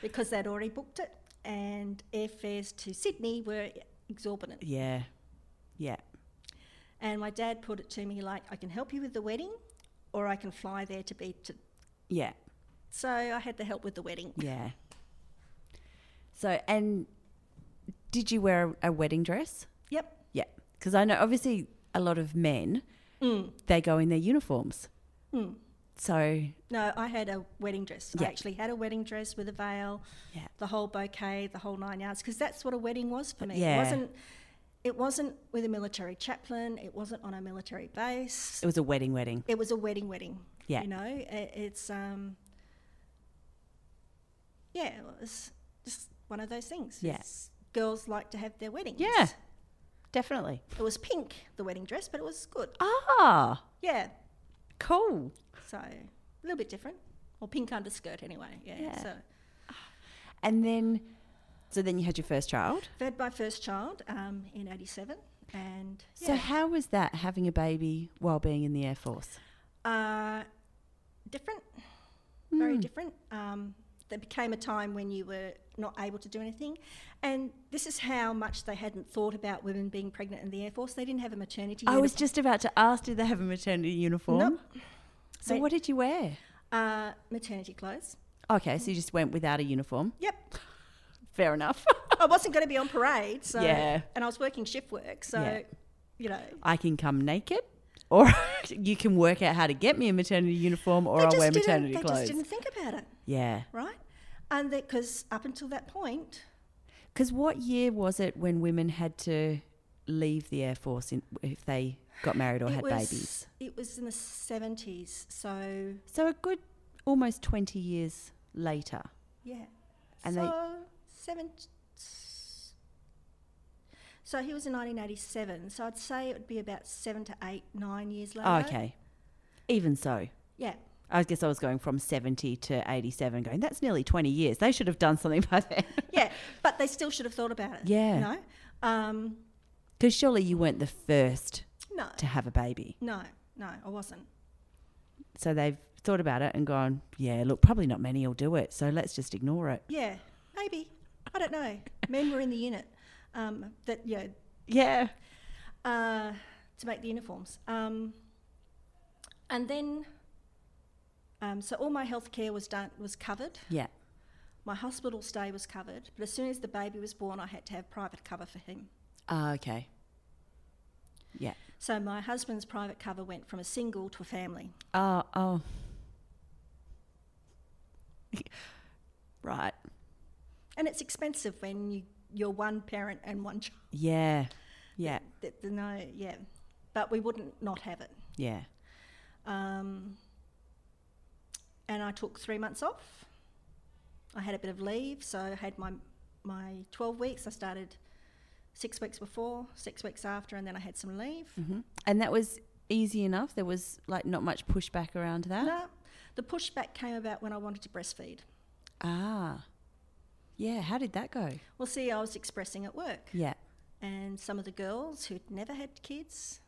because they'd already booked it, and airfares to Sydney were exorbitant. yeah. Yeah. And my dad put it to me like, "I can help you with the wedding, or I can fly there to be." To... Yeah. So I had the help with the wedding. Yeah. So, and did you wear a, a wedding dress? Yep. Yeah. Because I know, obviously, a lot of men, Mm. they go in their uniforms. Mm. So, No, I had a wedding dress. Yeah. I actually had a wedding dress with a veil, Yeah. the whole bouquet, the whole nine yards, because that's what a wedding was for me. Yeah. It wasn't. It wasn't with a military chaplain. It wasn't on a military base. it was a wedding wedding. It was a wedding, wedding. Yeah. You know, it, it's um. Yeah, it was just one of those things. Yeah. It's- girls like to have their weddings. Yeah. Definitely. It was pink, the wedding dress, but it was good. Ah, Yeah. cool. So a little bit different, or pink underskirt anyway. Yeah. yeah. So. And then, so then you had your first child. I had my first child um, in 87 and So, yeah, how was that having a baby while being in the Air Force? uh, different, Hmm. very different. Um, there became a time when you were not able to do anything. And this is how much they hadn't thought about women being pregnant in the Air Force. They didn't have a maternity I was uniform. just about to ask, did they have a maternity uniform? Nope. So, They- what did you wear? uh, maternity clothes. Okay, so you just went without a uniform. Yep. Fair enough. I wasn't going to be on parade. *laughs* So, Yeah. And I was working shift work. So, Yeah. you know. I can come naked, or *laughs* you can work out how to get me a maternity uniform, or they I'll just wear didn't- maternity they clothes. just didn't think about it, Yeah. right? And because up until that point, Because what year was it when women had to leave the Air Force in, if they got married or it had was, babies? It was in the seventies, so So, a good almost 20 years later. yeah. And they- so seven. So he was in nineteen eighty-seven. So I'd say it would be about seven to eight, nine years later. Oh, okay. Even so. Yeah. I guess I was going from 70 to 87, going, that's nearly 20 years. They should have done something by *laughs* then. Yeah, but they still should have thought about it. Yeah. You know. Um, Because surely you weren't the first no. to have a baby. No. No, I wasn't. So they've thought about it and gone, yeah, look, probably not many will do it. So let's just ignore it. Yeah, maybe. I don't know. Men were in the unit. Um, that you know, Yeah. uh, to make the uniforms. Um, and then, um, so all my health care was done was covered. Yeah. My hospital stay was covered, but as soon as the baby was born, I had to have private cover for him. Ah, okay. Yeah. So my husband's private cover went from a single to a family. Oh, oh. *laughs* right. And it's expensive when you, you're one parent and one child. Yeah. Yeah. Th- th- No, yeah, but we wouldn't not have it. Yeah. Um, and I took three months off. I had a bit of leave, so I had my my twelve weeks. I started six weeks before, six weeks after, and then I had some leave. hmm And that was easy enough. There was like not much pushback around that. No, the pushback came about when I wanted to breastfeed. Ah. Yeah, how did that go? Well, see, I was expressing at work, Yeah. and some of the girls who'd never had kids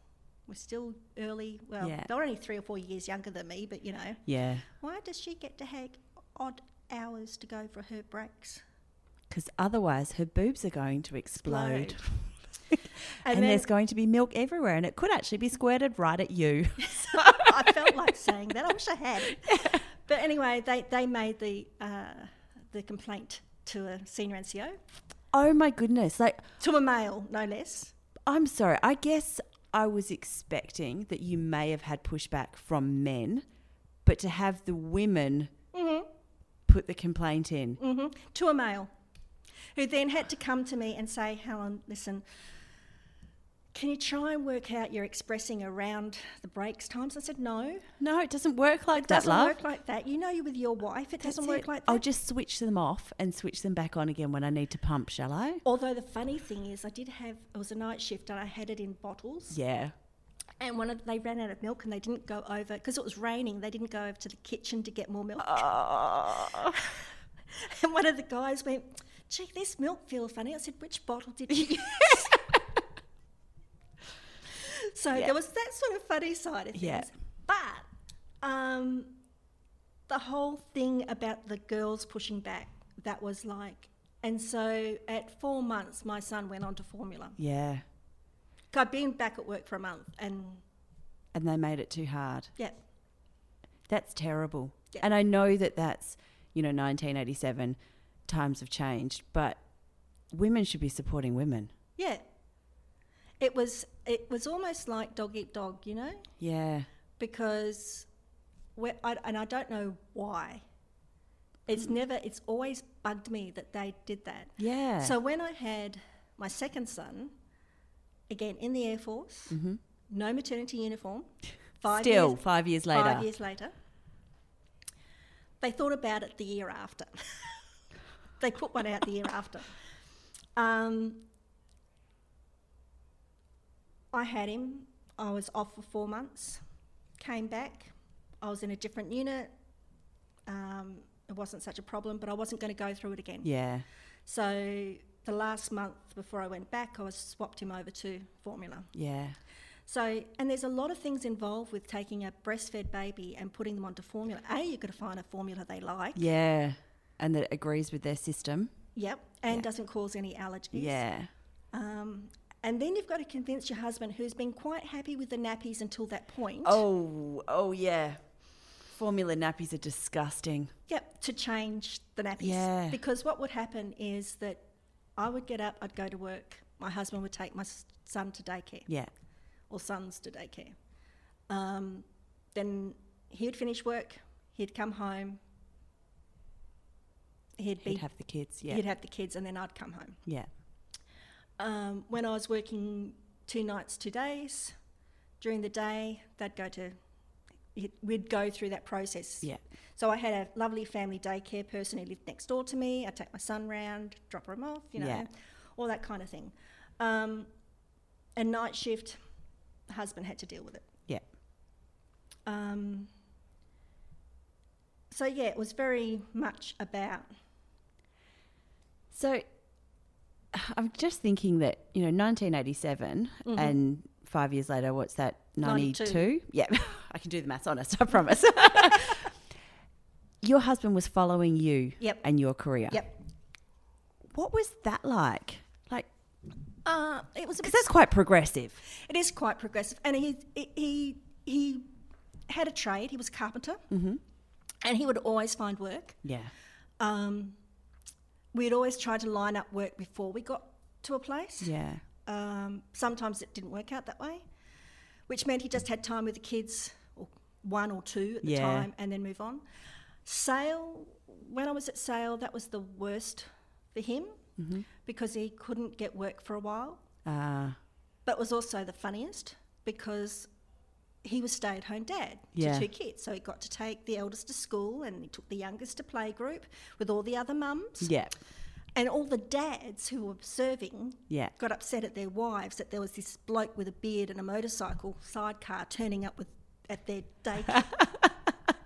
were still early. Well, Yeah. they were only three or four years younger than me, but you know, Yeah. why does she get to have odd hours to go for her breaks? Because otherwise her boobs are going to *laughs* explode. Explode. And, then- there's going to be milk everywhere and it could actually be squirted right at you. *laughs* I felt like saying that. I wish *laughs* I had. But anyway, they, they made the uh, the complaint to a senior NCO, oh my goodness. Like, to a male, no less. I'm sorry. I guess I was expecting that you may have had pushback from men, but to have the women put the complaint in. hmm to a male who then had to come to me and say, Helen, listen, can you try and work out you're expressing around the breaks times? I said, no, it No, it doesn't work like that, doesn't love. work like that. You know you're with your wife, it doesn't That's work it. Oh, like that. I'll just switch them off and switch them back on again when I need to pump, shall I? Although the funny thing is, I did have, it was a night shift and I had it in bottles. Yeah. And one of, they ran out of milk and they didn't go over, because it was raining, they didn't go over to the kitchen to get more milk. Ah. *laughs* And one of the guys went, gee, this milk feels funny. I said, which bottle did *laughs* you use? *laughs* so Yeah. there was that sort of funny side of things. Yeah. But um, the whole thing about the girls pushing back, that was like, and so at four months, my son went on to formula. yeah. I'd been back at work for a month and And they made it too hard. yeah, That's terrible. Yeah. And I know that that's, you know, 1987, times have changed, but women should be supporting women. yeah. It was, it was almost like dog eat dog, you know? Yeah. because we I, and I don't know why. It's Hmm. never. It's always bugged me that they did that. Yeah. So when I had my second son, again in the air force, no maternity uniform, five Mm-hmm. still years, five years later. five years later, they thought about it the year after. *laughs* they put one out the year after. Um, I had him. I was off for four months. Came back. I was in a different unit. Um, it wasn't such a problem, but I wasn't going to go through it again. Yeah. So the last month before I went back, I was swapped him over to formula. Yeah. So, and there's a lot of things involved with taking a breastfed baby and putting them onto formula. A, you've got to find a formula they like. Yeah. And that it agrees with their system. Yep. And doesn't cause any allergies. Yeah. Um, and then you've got to convince your husband, who's been quite happy with the nappies until that point, Oh, oh yeah. Formula nappies are disgusting. yep, to change the nappies. Yeah. Because what would happen is that I would get up, I'd go to work, my husband would take my s- son to daycare. Yeah. or sons to daycare. Um, then he'd finish work, he'd come home, he'd be, He'd have the kids. Yeah. he'd have the kids, and then I'd come home. yeah. Um, when I was working two nights, two days, during the day, they'd go to, he'd- we'd go through that process. Yeah. So I had a lovely family daycare person who lived next door to me. I'd take my son round, drop him off, you know, Yeah. all that kind of thing. Um, and night shift, husband had to deal with it. Yeah. Um, so yeah, it was very much about So I'm just thinking that, you know, 1987 Mm-hmm. and five years later, what's that? 92? 92. Yeah. *laughs* I can do the maths honest, I promise. *laughs* your husband was following you Yep. and your career. yep. What was that like? Like, Uh, it was a because bit, that's quite progressive. it is quite progressive, and he he he had a trade. He was a carpenter, Mm-hmm. and he would always find work. Yeah. Um, we'd always try to line up work before we got to a place. Yeah. Um, sometimes it didn't work out that way, which meant he just had time with the kids, or one or two at the Yeah. time, and then move on. Sale, when I was at Sale, that was the worst for him Mm-hmm. because he couldn't get work for a while, Uh, but was also the funniest because he was stay at home dad Yeah. to two kids. So he got to take the eldest to school and he took the youngest to playgroup with all the other mums. yeah. And all the dads who were serving Yeah. got upset at their wives that there was this bloke with a beard and a motorcycle sidecar turning up with at their *laughs* day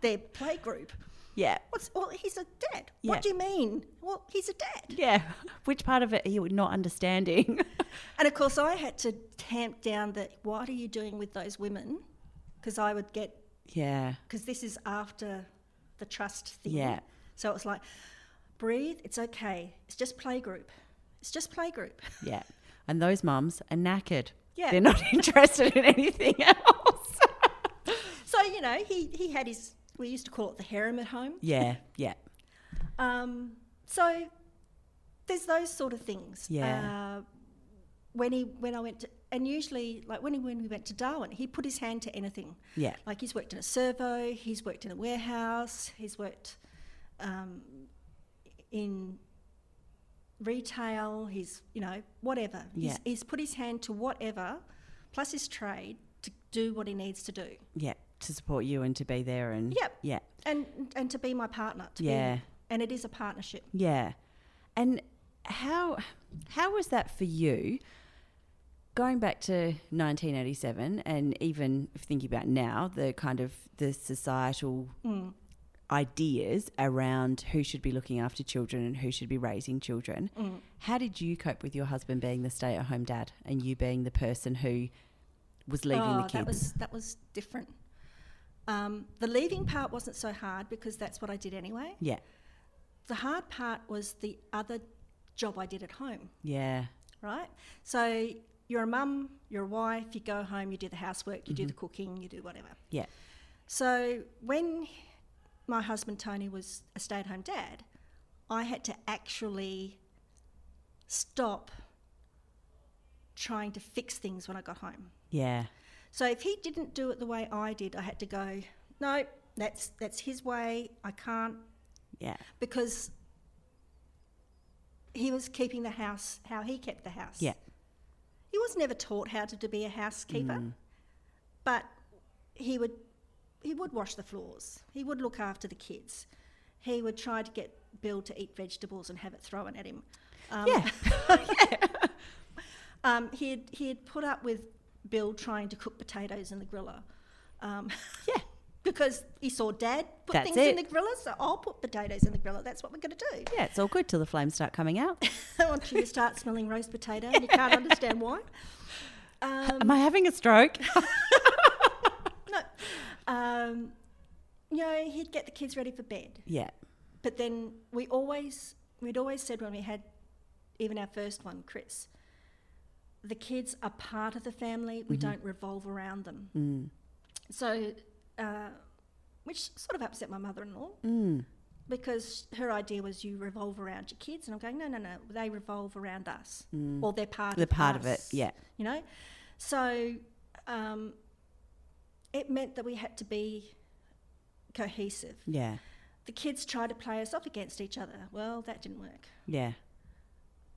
their playgroup. Yeah. What's well he's a dad. Yeah. What do you mean? Well, he's a dad. Yeah. *laughs* Which part of it are you not understanding? *laughs* And of course I had to tamp down that what are you doing with those women? Because I would get yeah. because this is after the trust thing. Yeah. So it was like breathe, it's okay. It's just playgroup. It's just playgroup. Yeah. And those mums are knackered. Yeah. They're not *laughs* interested in anything *laughs* else. *laughs* So, you know, he, he had his we used to call it the harem at home. yeah. Yeah. Um, so there's those sort of things. Yeah. Uh, when he when I went to and usually like when he when we went to Darwin, he put his hand to anything. Yeah. Like he's worked in a servo, he's worked in a warehouse, he's worked um, in retail, he's, you know, whatever. Yeah. He's, he's put his hand to whatever, plus his trade, to do what he needs to do. Yeah, to support you and to be there and Yep. yeah, And, and to be my partner. To Mm. Yeah. Be, and it is a partnership. yeah. And how how was that for you? Going back to 1987 and even thinking about now, the kind of the societal Mm. ideas around who should be looking after children and who should be raising children. Mm. How did you cope with your husband being the stay-at-home dad and you being the person who was leaving the oh, kids? That was, that was different. Um, the leaving part wasn't so hard because that's what I did anyway. yeah, The hard part was the other job I did at home, yeah, right? So you're a mum, you're a wife, you go home, you do the housework, you do the cooking, you do whatever. yeah, So when my husband Tony was a stay at home dad, I had to actually stop trying to fix things when I got home. yeah, So if he didn't do it the way I did, I had to go, no, that's that's his way. I can't yeah, because he was keeping the house how he kept the house. yeah, He was never taught how to, to be a housekeeper, Mm. but he would he would wash the floors. He would look after the kids. He would try to get Bill to eat vegetables and have it thrown at him. Um, *laughs* yeah, Um, he'd he'd put up with Bill trying to cook potatoes in the griller. Um, *laughs* yeah. because he saw dad put That's things in the it. griller, so I'll put potatoes in the griller. That's what we're going to do. *laughs* Yeah, it's all good till the flames start coming out. Until you start smelling roast potato and *laughs* you can't understand why. Um, Am I having a stroke? um, you know, he'd get the kids ready for bed, yeah, but then we always we'd always said when we had even our first one, Chris, the kids are part of the family. Mm-hmm. We don't revolve around them. mm. So, uh, which sort of upset my mother-in-law. Mm. because her idea was you revolve around your kids, and I'm going, no, no, no, they revolve around us, or they're part the of Mm. part of it. us, Yeah, you know. So um, it meant that we had to be cohesive. yeah, The kids tried to play us off against each other. Well, that didn't work, yeah,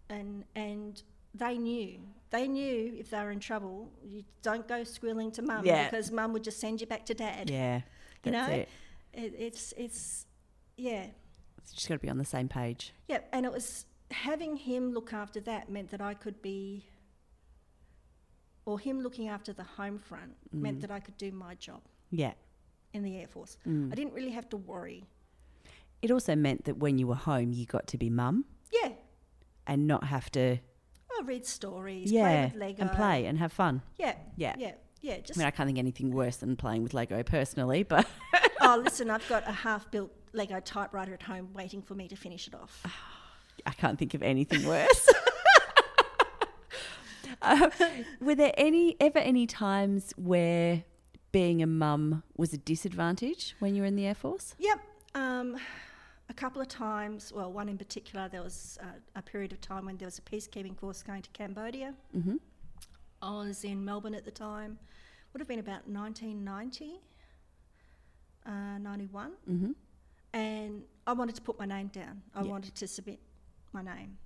and and they knew they knew if they were in trouble, you don't go squealing to mum Yeah. because mum would just send you back to dad. yeah. That's You know? it. It, it's it's yeah. It's just got to be on the same page. Yeah, and it was having him look after that meant that I could be, or him looking after the home front Mm. meant that I could do my job Yeah. in the Air Force. Mm. I didn't really have to worry. It also meant that when you were home, you got to be mum Yeah, and not have to I read stories, yeah play with Lego, and play and have fun. Yeah, Yeah. yeah, yeah. Just I mean, I can't think of anything worse than playing with Lego personally, but *laughs* oh, listen, I've got a half-built Lego typewriter at home waiting for me to finish it off. I can't think of anything worse. *laughs* Uh, were there any ever any times where being a mum was a disadvantage when you were in the air force? Yep. Um, a couple of times, well, one in particular, there was uh, a period of time when there was a peacekeeping force going to Cambodia. Mhm. I was in Melbourne at the time, would have been about 1990, uh, 91, Mm-hmm. and I wanted to put my name down. I Yeah. wanted to submit my name.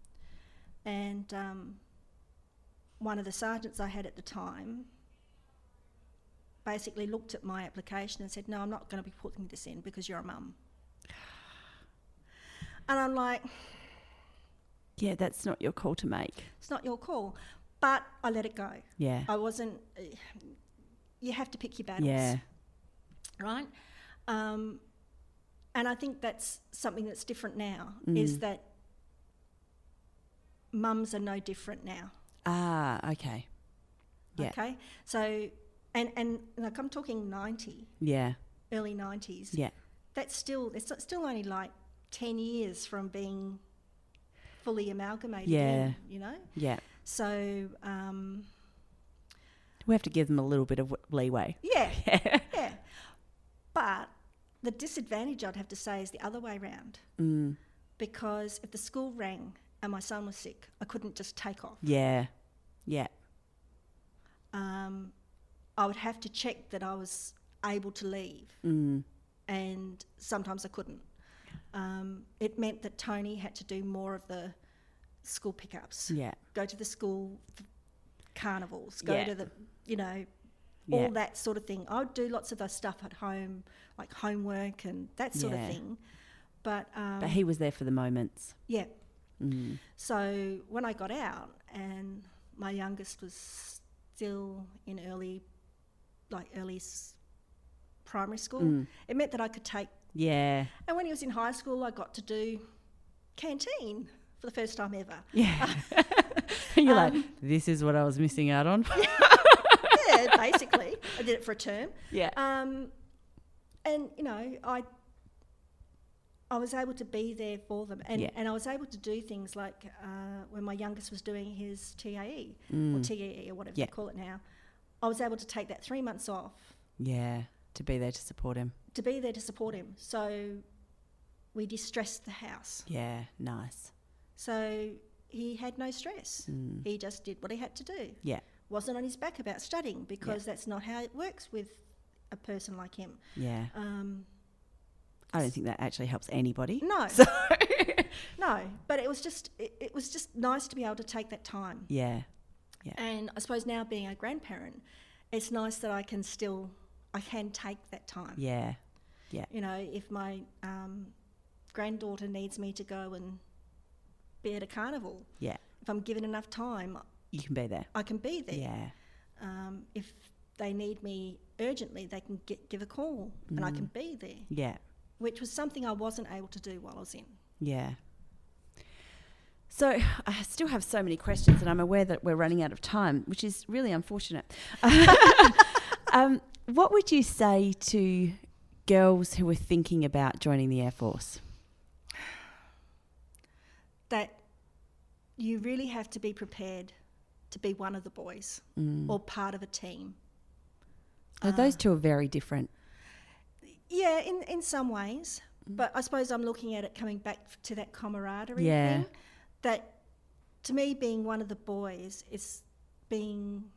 And um, one of the sergeants I had at the time basically looked at my application and said, No, I'm not going to be putting this in because you're a mum. And I'm like, Yeah, that's not your call to make. It's not your call. But I let it go. Yeah, I wasn't, eh, you have to pick your battles. yeah, right? Um, and I think that's something that's different now Mm. is that mums are no different now. ah, okay, Yeah. Okay, so and and like I'm talking ninety, yeah, early nineties. yeah, That's still it's not- still only like ten years from being fully amalgamated. Yeah. in, you know. yeah. So um, We have to give them a little bit of w- leeway. yeah, yeah. But the disadvantage I'd have to say is the other way round. *laughs* Mm, because if the school rang and my son was sick, I couldn't just take off. yeah, yeah, Um, I would have to check that I was able to leave, mm, and sometimes I couldn't. um, it meant that Tony had to do more of the school pickups, Yeah. go to the school f- carnivals, go Yeah. to the, you know, Yeah. all that sort of thing. I would do lots of the stuff at home, like homework and that sort Yeah. of thing. But, um, But he was there for the moments. yeah, Mm. so when I got out, and my youngest was still in early, like early s- primary school, Mm. it meant that I could take. Yeah. And when he was in high school, I got to do canteen for the first time ever. Yeah. *laughs* Um, You're like, this is what I was missing out on. yeah, basically, I did it for a term. *laughs* yeah. Um, and you know, I I was able to be there for them, and Yeah. and I was able to do things like uh, when my youngest was doing his E. TAE Mm. or TEE or whatever Yeah. they call it now, I was able to take that three months off Yeah. To be there to support him. to be there to support him. So we distressed the house, Yeah. Nice. so he had no stress. He just did what he had to do. Mm. Yeah. Wasn't on his back about studying because that's not how it works with a person like him. Yeah. *laughs* Um, I don't think that actually helps anybody. no, So *laughs* No, but it was just it, it was just nice to be able to take that time. yeah. And I suppose now being a grandparent, it's nice that I can still I can take that time. Yeah. You know, if my um, granddaughter needs me to go and be at a carnival, Yeah. if I'm given enough time, You can be there. I can be there. Yeah. Um, if they need me urgently, they can get, give a call and I can Mm. be there, Yeah. which was something I wasn't able to do while I was in. Yeah. So I still have so many questions, and I'm aware that we're running out of time, which is really unfortunate. *laughs* um, what would you say to girls who are thinking about joining the Air Force? that you really have to be prepared to be one of the boys Mm. or part of a team. Now, those two are very different. Yeah, in, in some ways, Mm. but I suppose I'm looking at it coming back f- to that camaraderie Yeah. thing. That to me, being one of the boys is being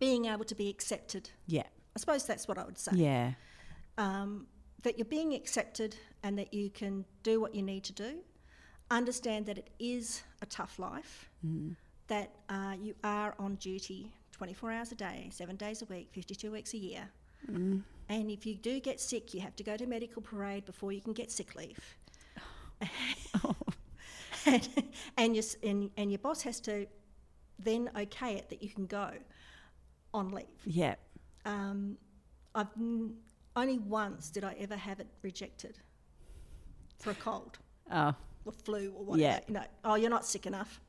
being able to be accepted. Yeah. I suppose that's what I would say. Yeah. um, that you're being accepted and that you can do what you need to do. Understand that it is a tough life, Mm. *laughs* that uh, you are on duty 24 hours a day, seven days a week, 52 weeks a year. Mm. And if you do get sick, you have to go to medical parade before you can get sick leave. Oh, and, *laughs* and, your, s- and, and your boss has to then okay it that you can go on leave Yeah. um, I've n- only once did I ever have it rejected for a cold Oh, or flu or whatever. Yeah. You know, oh, you're not sick enough.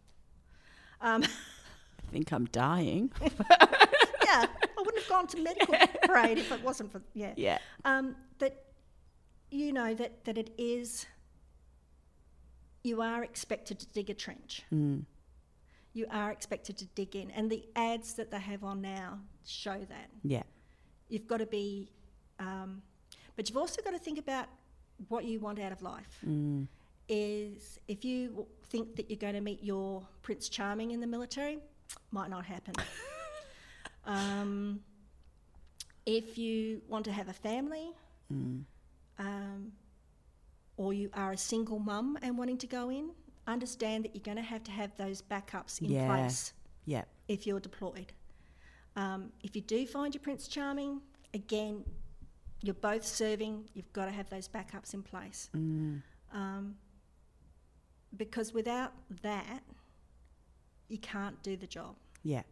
Um, I think I'm dying. yeah, I wouldn't have gone to medical parade if it wasn't for yeah. Yeah. Um, that you know that that it is. You are expected to dig a trench. Mm, You are expected to dig in, and the ads that they have on now show that. Yeah. You've got to be, um, but you've also got to think about what you want out of life. Mm, Is if you w- think that you're going to meet your Prince Charming in the military, might not happen. um, if you want to have a family, mm, um, or you are a single mum and wanting to go in, understand that you're going to have to have those backups in Yeah. place Yeah. if you're deployed. Um, if you do find your Prince Charming, again, you're both serving, you've got to have those backups in place. mm. Um, because without that, you can't do the job. Yeah.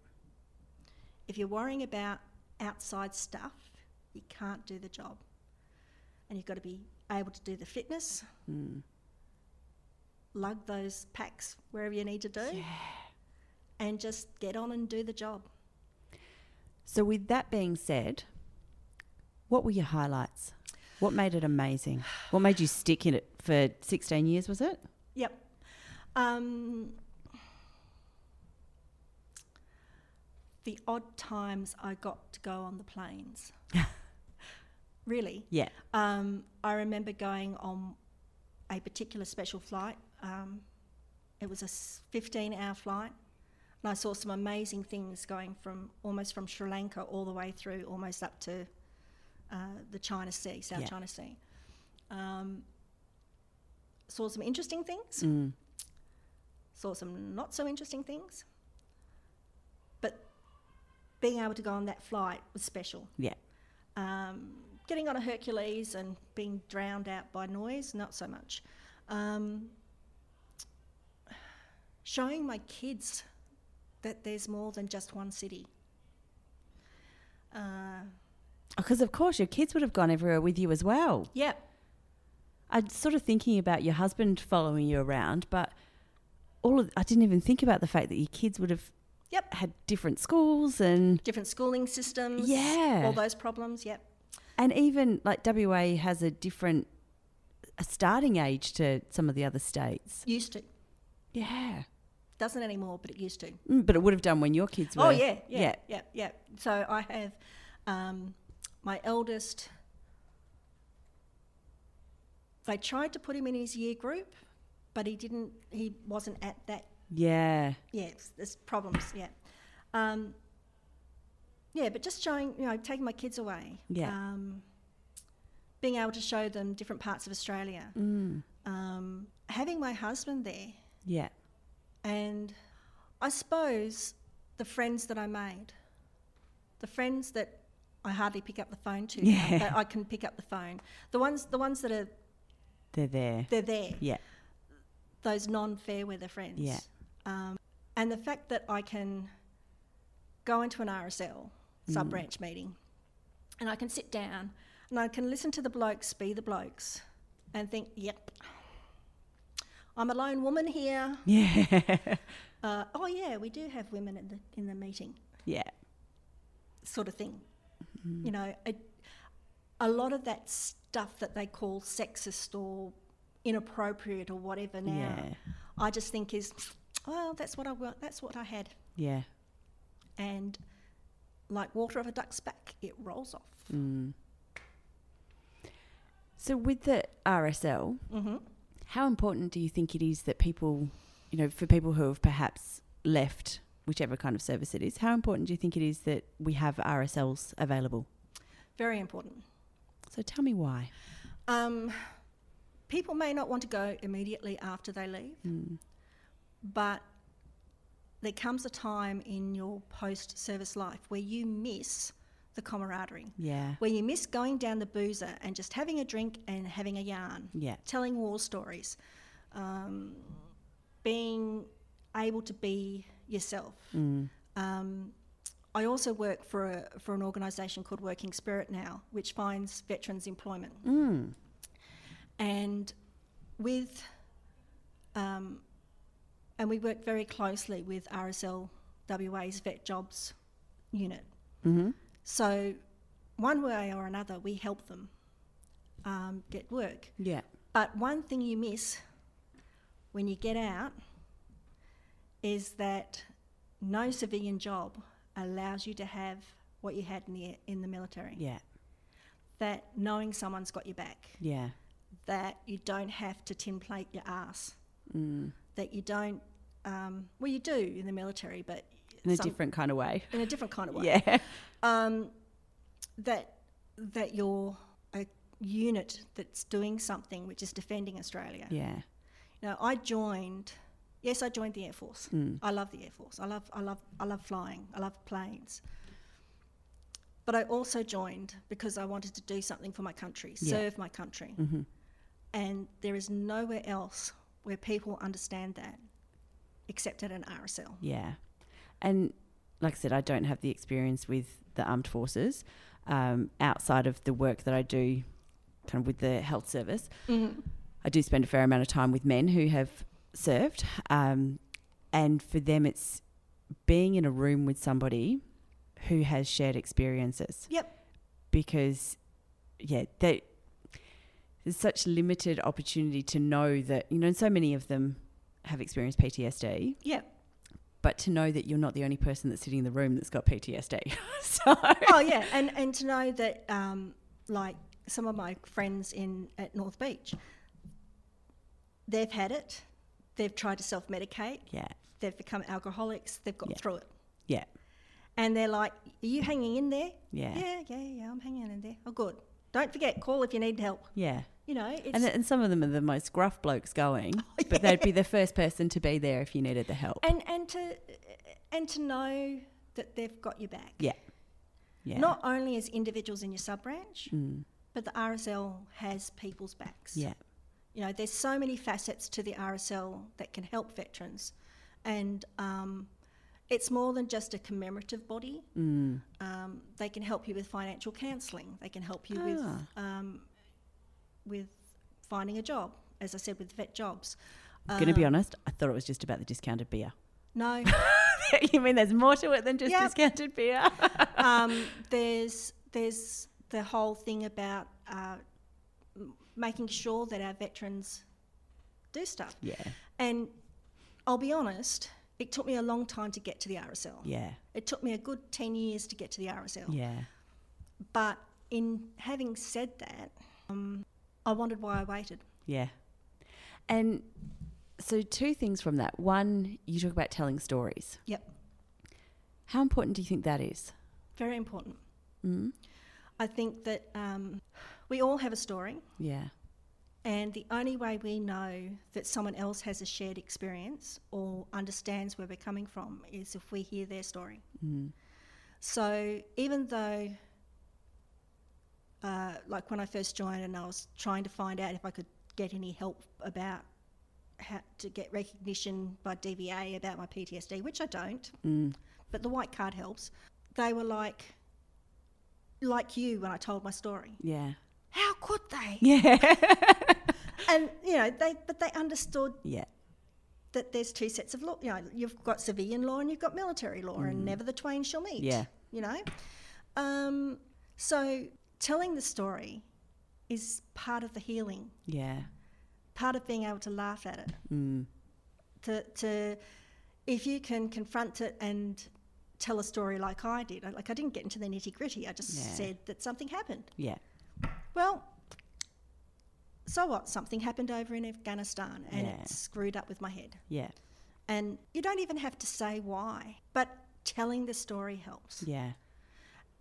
If you're worrying about outside stuff, you can't do the job. And you've got to be able to do the fitness, lug those packs wherever you need to do, and just get on and do the job. So, with that being said, what were your highlights? What made it amazing? What made you stick in it for 16 years, was it? Yep. Um, the odd times I got to go on the planes. really. Yeah. Um, I remember going on a particular special flight. Um, it was a s- 15 hour flight. And I saw some amazing things going from almost from Sri Lanka all the way through almost up to uh, the China Sea, South Yeah. China Sea. Um, saw some interesting things, Mm. saw some not so interesting things, but being able to go on that flight was special. Yeah. Um, getting on a Hercules and being drowned out by noise, not so much. Um, showing my kids that there's more than just one city. Uh, Because, Oh, of course, your kids would have gone everywhere with you as well. yeah, I'm sort of thinking about your husband following you around, but all of, I didn't even think about the fact that your kids would have Yep. had different schools and different schooling systems. Yeah. all those problems. Yep. and even like WA has a different a starting age to some of the other states. Used to. Yeah. Doesn't anymore, but it used to. Mm, But it would have done when your kids were. Oh yeah, yeah, yeah, yeah, So I have um, my eldest. They tried to put him in his year group, but he didn't. He wasn't at that. Yeah. Yeah, it's- there's problems. Yeah, um, yeah. But just showing, you know, taking my kids away. Yeah. Um, being able to show them different parts of Australia. Mm. Um, having my husband there Yeah. and I suppose the friends that I made, the friends that I hardly pick up the phone to, now, Yeah. but I can pick up the phone. The ones, the ones that are They're there. *laughs* they're there, Yeah. those non-fair weather friends. Yeah. Um, and the fact that I can go into an RSL sub Mm. branch meeting, and I can sit down and I can listen to the blokes be the blokes, and think, yep. I'm a lone woman here. Yeah. Uh, oh yeah, we do have women in the in the meeting. yeah. sort of thing. You know, a, a lot of that stuff that they call sexist or inappropriate or whatever now, Yeah. I just think is, well, that's what I wa- that's what I had, Yeah. and like water off a duck's back, it rolls off. Mm. So with the RSL, Mhm. how important do you think it is that people, you know, for people who have perhaps left whichever kind of service it is, how important do you think it is that we have RSLs available? Very important. So tell me why. Um, people may not want to go immediately after they leave, Mm, but there comes a time in your post-service life where you miss the camaraderie. Yeah. where you miss going down the boozer and just having a drink and having a yarn, Yeah. telling war stories, um, being able to be yourself. Mm. Um, I also work for a, for an organisation called Working Spirit now, which finds veterans employment, Mm. and with um, and we work very closely with RSL WA's Vet Jobs unit. Mm-hmm. So, one way or another, we help them um, get work. Yeah. But one thing you miss when you get out is that no civilian job allows you to have what you had in the in the military. Yeah. That knowing someone's got your back. Yeah. That you don't have to tin plate your ass. Mm. That you don't. Um, well, you do in the military, but In a some- different kind of way. in a different kind of way. *laughs* Yeah. um, that that you're a unit that's doing something which is defending Australia. Yeah. Now I joined. Yes, I joined the Air Force. Mm. I love the Air Force. I love I love I love flying. I love planes. But I also joined because I wanted to do something for my country, Yeah. serve my country. Mhm. And there is nowhere else where people understand that except at an RSL. Yeah. And like I said, I don't have the experience with the armed forces um, outside of the work that I do kind of with the health service. I do spend a fair amount of time with men who have served. Um, and for them, it's being in a room with somebody who has shared experiences. Yep. Because, yeah, they, there's such limited opportunity to know that, you know, and so many of them have experienced PTSD Yeah. but to know that you're not the only person that's sitting in the room that's got PTSD. *laughs* so oh yeah, and and to know that um, like some of my friends in at North Beach, they've had it, they've tried to self medicate, yeah, they've become alcoholics, they've got Yeah. through it, yeah, and they're like, "Are you hanging in there?" yeah, yeah, yeah, yeah, I'm hanging in there. Oh, good. Don't forget, call if you need help. yeah, You know, it's, And, and some of them are the most gruff blokes *laughs* going, but they'd be the first person to be there if you needed the help. and and to and to know that they've got your back. yeah. Yeah. Mm. Not only as individuals in your sub branch, but the RSL has people's backs. yeah. You know, there's so many facets to the RSL that can help veterans, and um, it's more than just a commemorative body. Mm. Um, they can help you with financial counselling. They can help you with um, with finding a job. As I said, with vet jobs. Um, I'm going to be honest, I thought it was just about the discounted beer. *laughs* No, you mean there's more to it than just Yeah. discounted beer? um, there's there's the whole thing about uh, m- making sure that our veterans do stuff. yeah. *laughs* And I'll be honest, it took me a long time to get to the RSL. Yeah. It took me a good ten years to get to the RSL. Yeah. But in having said that, um, I wondered why I waited. Yeah. And so, two things from that. One, you talk about telling stories. Yep, How important do you think that is? very important. Mm. I think that um, we all have a story. Yeah. And the only way we know that someone else has a shared experience or understands where we're coming from is if we hear their story. Mm. So even though, uh, like when I first joined and I was trying to find out if I could get any help about how to get recognition by DVA about my PTSD, which I don't, but the white card helps, they were like, like you when I told my story. Yeah. How could they? *laughs* Yeah. and you know they but they understood yeah. that there's two sets of law you know you've got civilian law and you've got military law and never the twain shall meet Mm. Yeah. you know um, so telling the story is part of the healing Yeah. Mm. part of being able to laugh at it to, to if you can confront it and tell a story like i did I- like i didn't get into the nitty-gritty i just Yeah. said that something happened Yeah. well, so what? Something happened over in Afghanistan and Yeah. it screwed up with my head. Yeah. And you don't even have to say why, but telling the story helps. Yeah.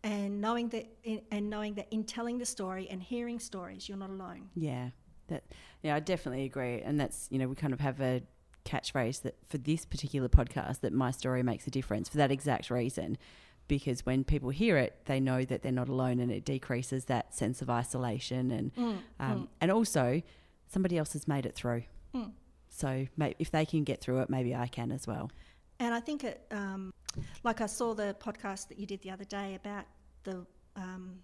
And knowing that, in, and knowing that in telling the story and hearing stories, you're not alone. Yeah. That yeah, I definitely agree. And that's you know, we kind of have a catchphrase that for this particular podcast that my story makes a difference for that exact reason. Because when people hear it, they know that they're not alone and it decreases that sense of isolation and um, and also somebody else has made it through. So may if they can get through it, maybe I can as well. And I think, it, um, like I saw the podcast that you did the other day about the um,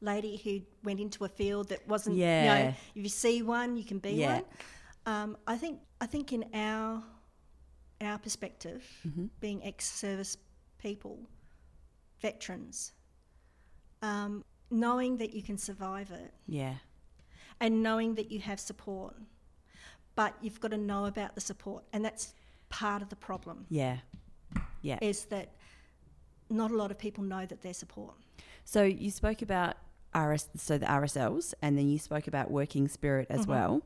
lady who went into a field that wasn't. You know, Yeah. if you see one, you can be Yeah. one. Um, I think. I think in our our perspective, Mm-hmm. being ex-service people, veterans, um, knowing that you can survive it Yeah. and knowing that you have support, but you've got to know about the support, and that's part of the problem Yeah. Yeah. is that not a lot of people know that they're support. So you spoke about RS, so the RSLs, and then you spoke about Working Spirit as Mm-hmm. well.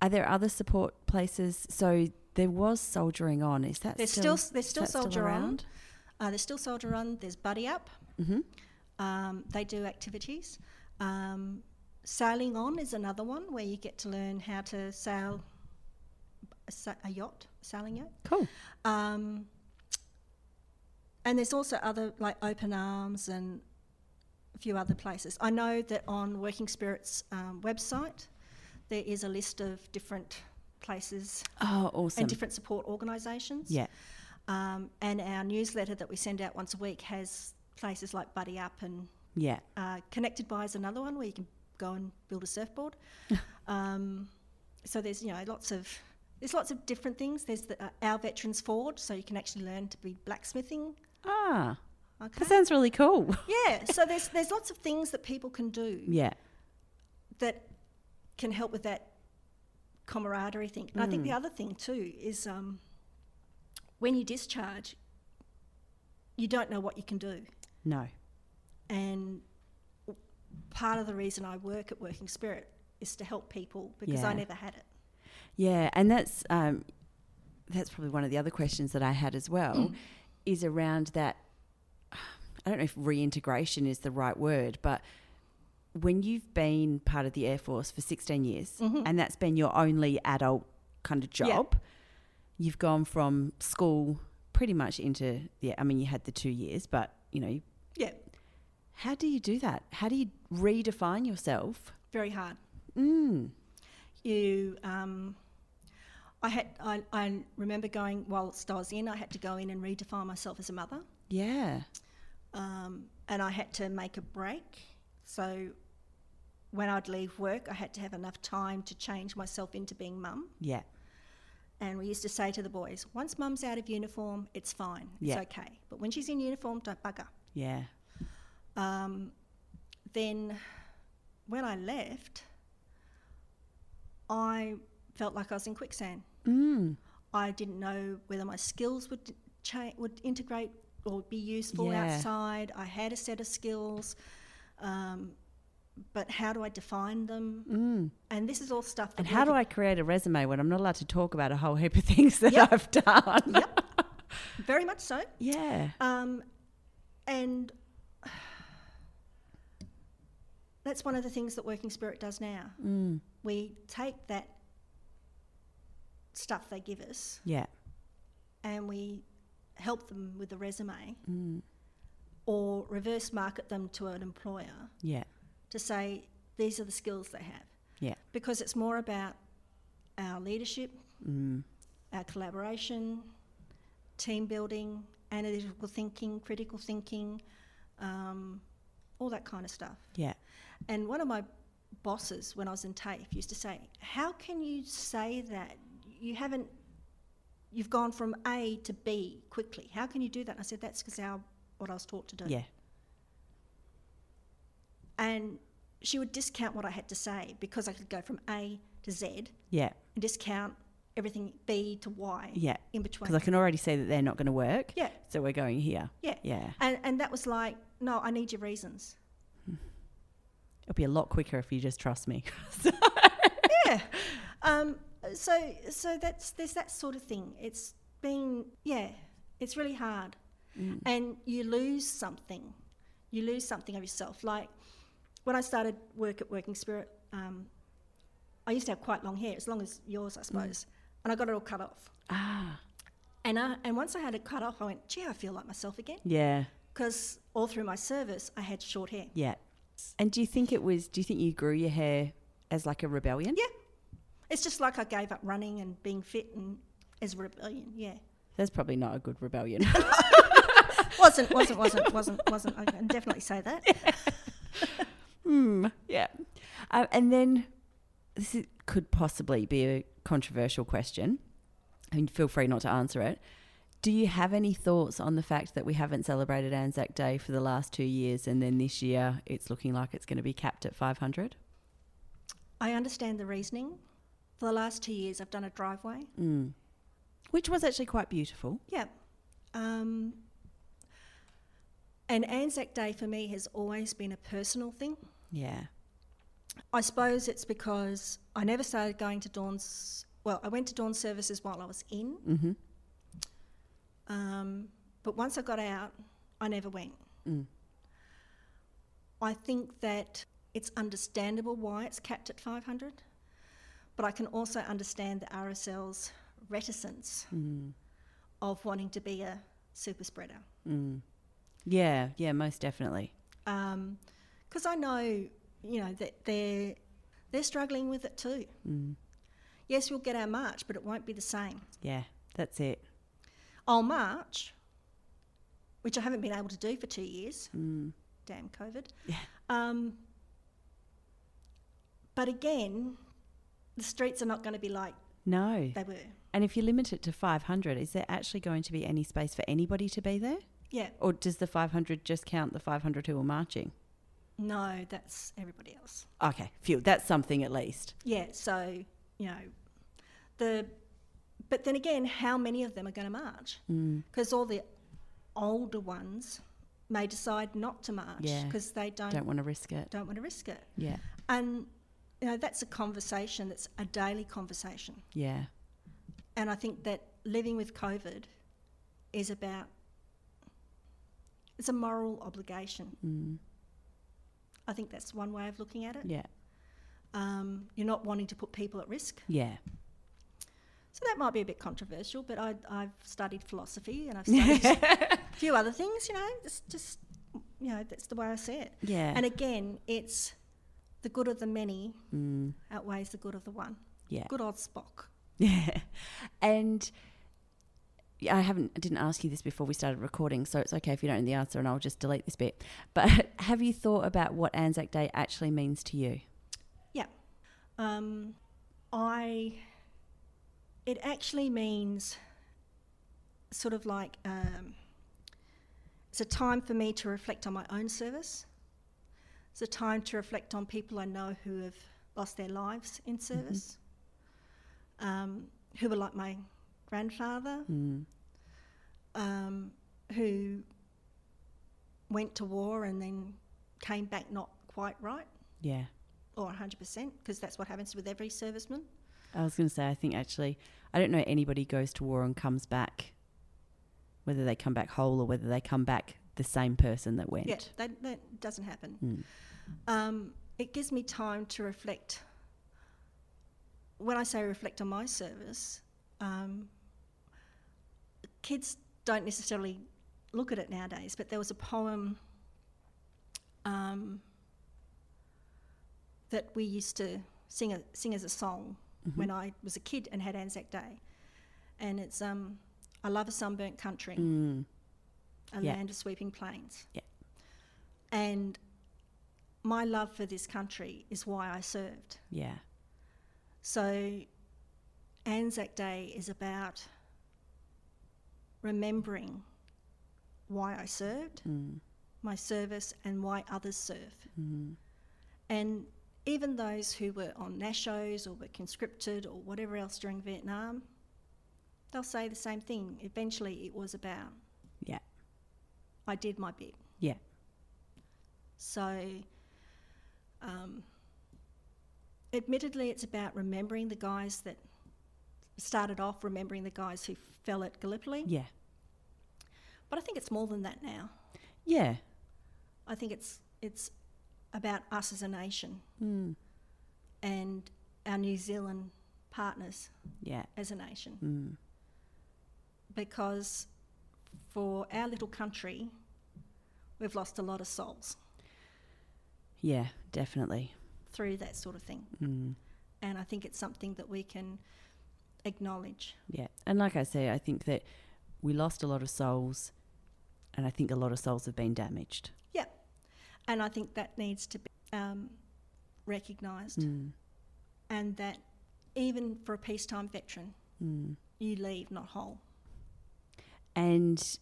Are there other support places? So there was soldiering on. Is that There's still, still, there's is still that soldier on. around? Mm-hmm. Uh, there's still soldier on. There's buddy up. Um, they do activities. Um, sailing on is another one where you get to learn how to sail a, sa- a yacht, sailing yacht. Cool. Um, and there's also other like Open Arms and a few other places. I know that on Working Spirits um, website, there is a list of different places Oh, awesome. and different support organisations. yeah. Um, and our newsletter that we send out once a week has places like Buddy Up and Yeah. uh, Connected By is another one where you can go and build *laughs* a surfboard. um, so there's you know lots of there's lots of different things. There's the, uh, our veterans forward, so you can actually learn to be *laughs* blacksmithing. Ah, Okay. that sounds really cool. *laughs* Yeah. So there's there's lots of things that people can do yeah. that can help with that camaraderie thing. And I think the other thing too is um, when you discharge, you don't know what you can do. No. and part of the reason I work at Working Spirit is to help people because I Yeah. never had it. Yeah, and that's um, that's probably one of the other questions that I had as well, is around that. I don't know if reintegration is the right word, but when you've been part of the Air Force for 16 years and that's been your only adult kind of job, you've gone from school pretty much into, yeah, I mean, you had the two years, but you know, Yeah, how do you do that? How do you redefine yourself? very hard. Mm. you um, I had I, I remember going whilst I was in I had to go in and redefine myself as a mother Yeah. um, and I had to make a break so when I'd leave work I had to have enough time to change myself into being mum Yeah. and we used to say to the boys once mum's out of uniform it's fine Yeah. it's okay but when she's in uniform don't bugger Yeah. um, then when I left I felt like I was in quicksand Mm. I didn't know whether my skills would cha- would integrate or be useful Yeah. outside. I had a set of skills, um, but how do I define them? Mm. And this is all stuff. That And how do I create a resume when I'm not allowed to talk about a whole heap of things that Yep. I've done? Very much so. *laughs* Yeah. Um, and *sighs* that's one of the things that Working Spirit does now. Mm. We take that stuff they give us Yeah. and we help them with the resume Mm. or reverse market them to an employer Yeah. to say these are the skills they have Yeah. because it's more about our leadership, Mm. our collaboration, team building, analytical thinking, critical thinking, um, all that kind of stuff. Yeah. And one of my bosses when I was in TAFE used to say, How can you say that? You haven't, you've gone from A to B quickly. How can you do that? And I said, That's because our what I was taught to do. Yeah. And she would discount what I had to say because I could go from A to Z Yeah. and discount everything B to Y Yeah. in Because between. I can already see that they're not going to work. yeah, So we're going here. yeah. Yeah. And, and that was like, No, I need your reasons. It'll be a lot quicker if you just trust me. yeah. Um, so so that's there's that sort of thing. It's been yeah, it's really hard, Mm. and you lose something. You lose something of yourself. Like when I started work at Working Spirit, um, I used to have quite long hair, as long as yours, Mm. I suppose, and I got it all cut off. ah. And I, and once I had it cut off, I went, gee, I feel like myself again. Yeah. Because all through my service, I had short hair. Yeah. And do you think it was, do you think you grew your hair as like a rebellion? Yeah, it's just like I gave up running and being fit and as a rebellion. Yeah. That's probably not a good rebellion. wasn't wasn't wasn't wasn't wasn't i can definitely say that Hmm. Yeah. Um, and then this is, could possibly be a controversial question, and feel free not to answer it. Do you have any thoughts on the fact that we haven't celebrated Anzac Day for the last two years, and then this year it's looking like it's going to be capped at 500? i understand the reasoning for the last two years i've done a driveway Mm. Which was actually quite beautiful. yeah um, and anzac day for me has always been a personal thing Yeah. i suppose it's because i never started going to dawn's well i went to dawn services while i was in Mm-hmm. um, but once i got out i never went Mm. I think that it's understandable why it's capped at 500, but I can also understand the RSL's reticence Mm. of wanting to be a super spreader. Mm. Yeah. Yeah. Most definitely. Because Um, I know, you know, that they're they're struggling with it too. Mm. Yes, we'll get our march, but it won't be the same. Yeah. That's it. I'll march, which I haven't been able to do for two years. Mm. damn COVID. Yeah. Um, but again, the streets are not going to be like No. they were. And if you limit it to 500, is there actually going to be any space for anybody to be there? Yeah, Or does the 500 just count the 500 who are marching? no, that's everybody else. Okay, phew, that's something at least. Yeah, so you know, the but then again, how many of them are going to march? Mm. Because all the older ones may decide not to march Yeah. because they don't Don't want to risk it. don't want to risk it. Yeah, And you know, that's a conversation. That's a daily conversation. yeah, And I think that living with COVID is about it's a moral obligation. mm. I think that's one way of looking at it. Yeah. Um, you're not wanting to put people at risk. Yeah. So that might be a bit controversial, but I, I've studied philosophy and *laughs* I've studied a few other things, you know, it's just, you know, that's the way I see it. Yeah. And again, it's the good of the many Mm, outweighs the good of the one. yeah. Good old Spock. Yeah. And yeah, I haven't I didn't ask you this before we started recording, so it's okay if you don't know the answer and I'll just delete this bit. But *laughs* have you thought about what Anzac Day actually means to you? Yeah. Um, I. It actually means sort of like um, it's a time for me to reflect on my own service. It's a time to reflect on people I know who have lost their lives in service, um, who were like my grandfather, Mm. um, who went to war and then came back not quite right Yeah. or 100% because that's what happens with every serviceman. I was going to say, I think actually, I don't know anybody goes to war and comes back, whether they come back whole or whether they come back the same person that went. Yeah, that, that doesn't happen. Mm. Um, it gives me time to reflect. When I say reflect on my service, um, kids don't necessarily look at it nowadays, but there was a poem um, that we used to sing, a, sing as a song when I was a kid and had Anzac Day. And it's, um, I love a sunburnt country Mm. a Yeah. land of sweeping plains. Yeah. And my love for this country is why I served. Yeah. So Anzac Day is about remembering why I served, Mm. my service, and why others serve. Mm. And even those who were on NASHOs or were conscripted or whatever else during Vietnam, they'll say the same thing. Eventually, it was about Yeah. I did my bit. Yeah. So, um, admittedly, it's about remembering the guys that started off, remembering the guys who fell at Gallipoli. Yeah. But I think it's more than that now. Yeah. I think it's it's about us as a nation Mm. and our New Zealand partners Yeah. as a nation, Mm. because for our little country, we've lost a lot of souls Yeah. Definitely. through that sort of thing. Mm. and I think it's something that we can acknowledge. Yeah. And like I say, I think that we lost a lot of souls, and I think a lot of souls have been damaged. Yeah, and I think that needs to be um, recognised, Mm. and that even for a peacetime veteran, Mm. you leave not whole. And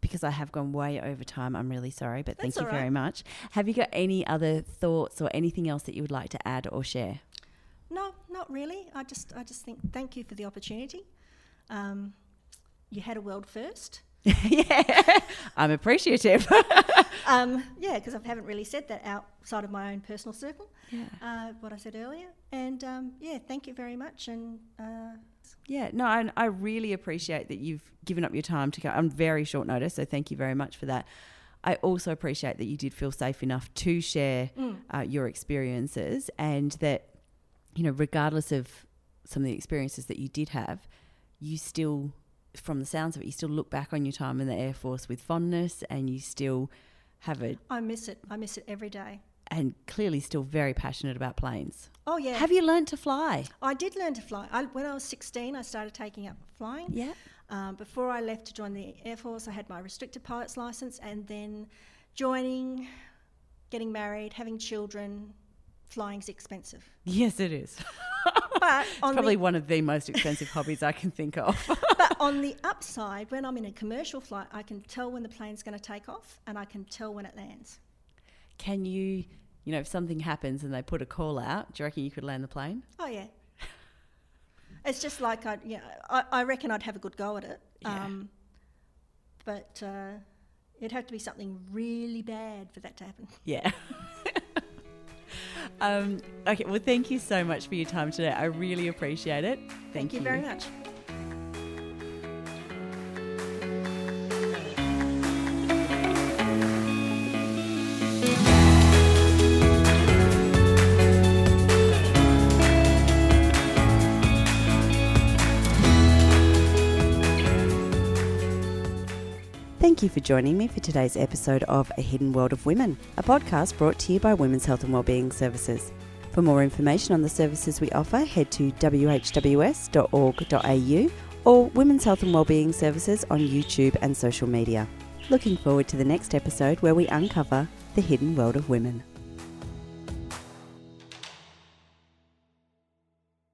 because I have gone way over time, I'm really sorry, but thank That's you all right. very much. Have you got any other thoughts or anything else that you would like to add or share? *laughs* No, not really. I just, I just think thank you for the opportunity. Um, you had a world first. yeah, I'm appreciative. *laughs* Um, yeah, because I haven't really said that outside of my own personal circle. Yeah. Uh, what I said earlier, and um, yeah, thank you very much. And uh, Yeah, no, I, I really appreciate that you've given up your time to go on very short notice, so thank you very much for that. I also appreciate that you did feel safe enough to share uh, your experiences and that, you know, regardless of some of the experiences that you did have, you still, from the sounds of it, you still look back on your time in the Air Force with fondness and you still have it I miss it. I miss it every day. and clearly still very passionate about planes. Oh yeah. Have you learnt to fly? I did learn to fly. I, when I was 16, I started taking up flying. Yeah. Um, before I left to join the Air Force, I had my restricted pilot's license, and then joining, getting married, having children, flying's expensive. *laughs* Yes, it is. But on, Probably the, one of the most expensive hobbies I can think of. *laughs* but on the upside, when I'm in a commercial flight, I can tell when the plane's going to take off, and I can tell when it lands. Can you, you know, if something happens and they put a call out, do you reckon you could land the plane? Oh yeah. It's just like I, yeah, I, I reckon I'd have a good go at it. Yeah. Um, but uh, it'd have to be something really bad for that to happen. Yeah. *laughs* um, okay, well, thank you so much for your time today. I really appreciate it. Thank, you very much. Thank you for joining me for today's episode of A Hidden World of Women, a podcast brought to you by Women's Health and Wellbeing Services. For more information on the services we offer, head to whws.org.au or Women's Health and Wellbeing Services on YouTube and social media. Looking forward to the next episode where we uncover the hidden world of women.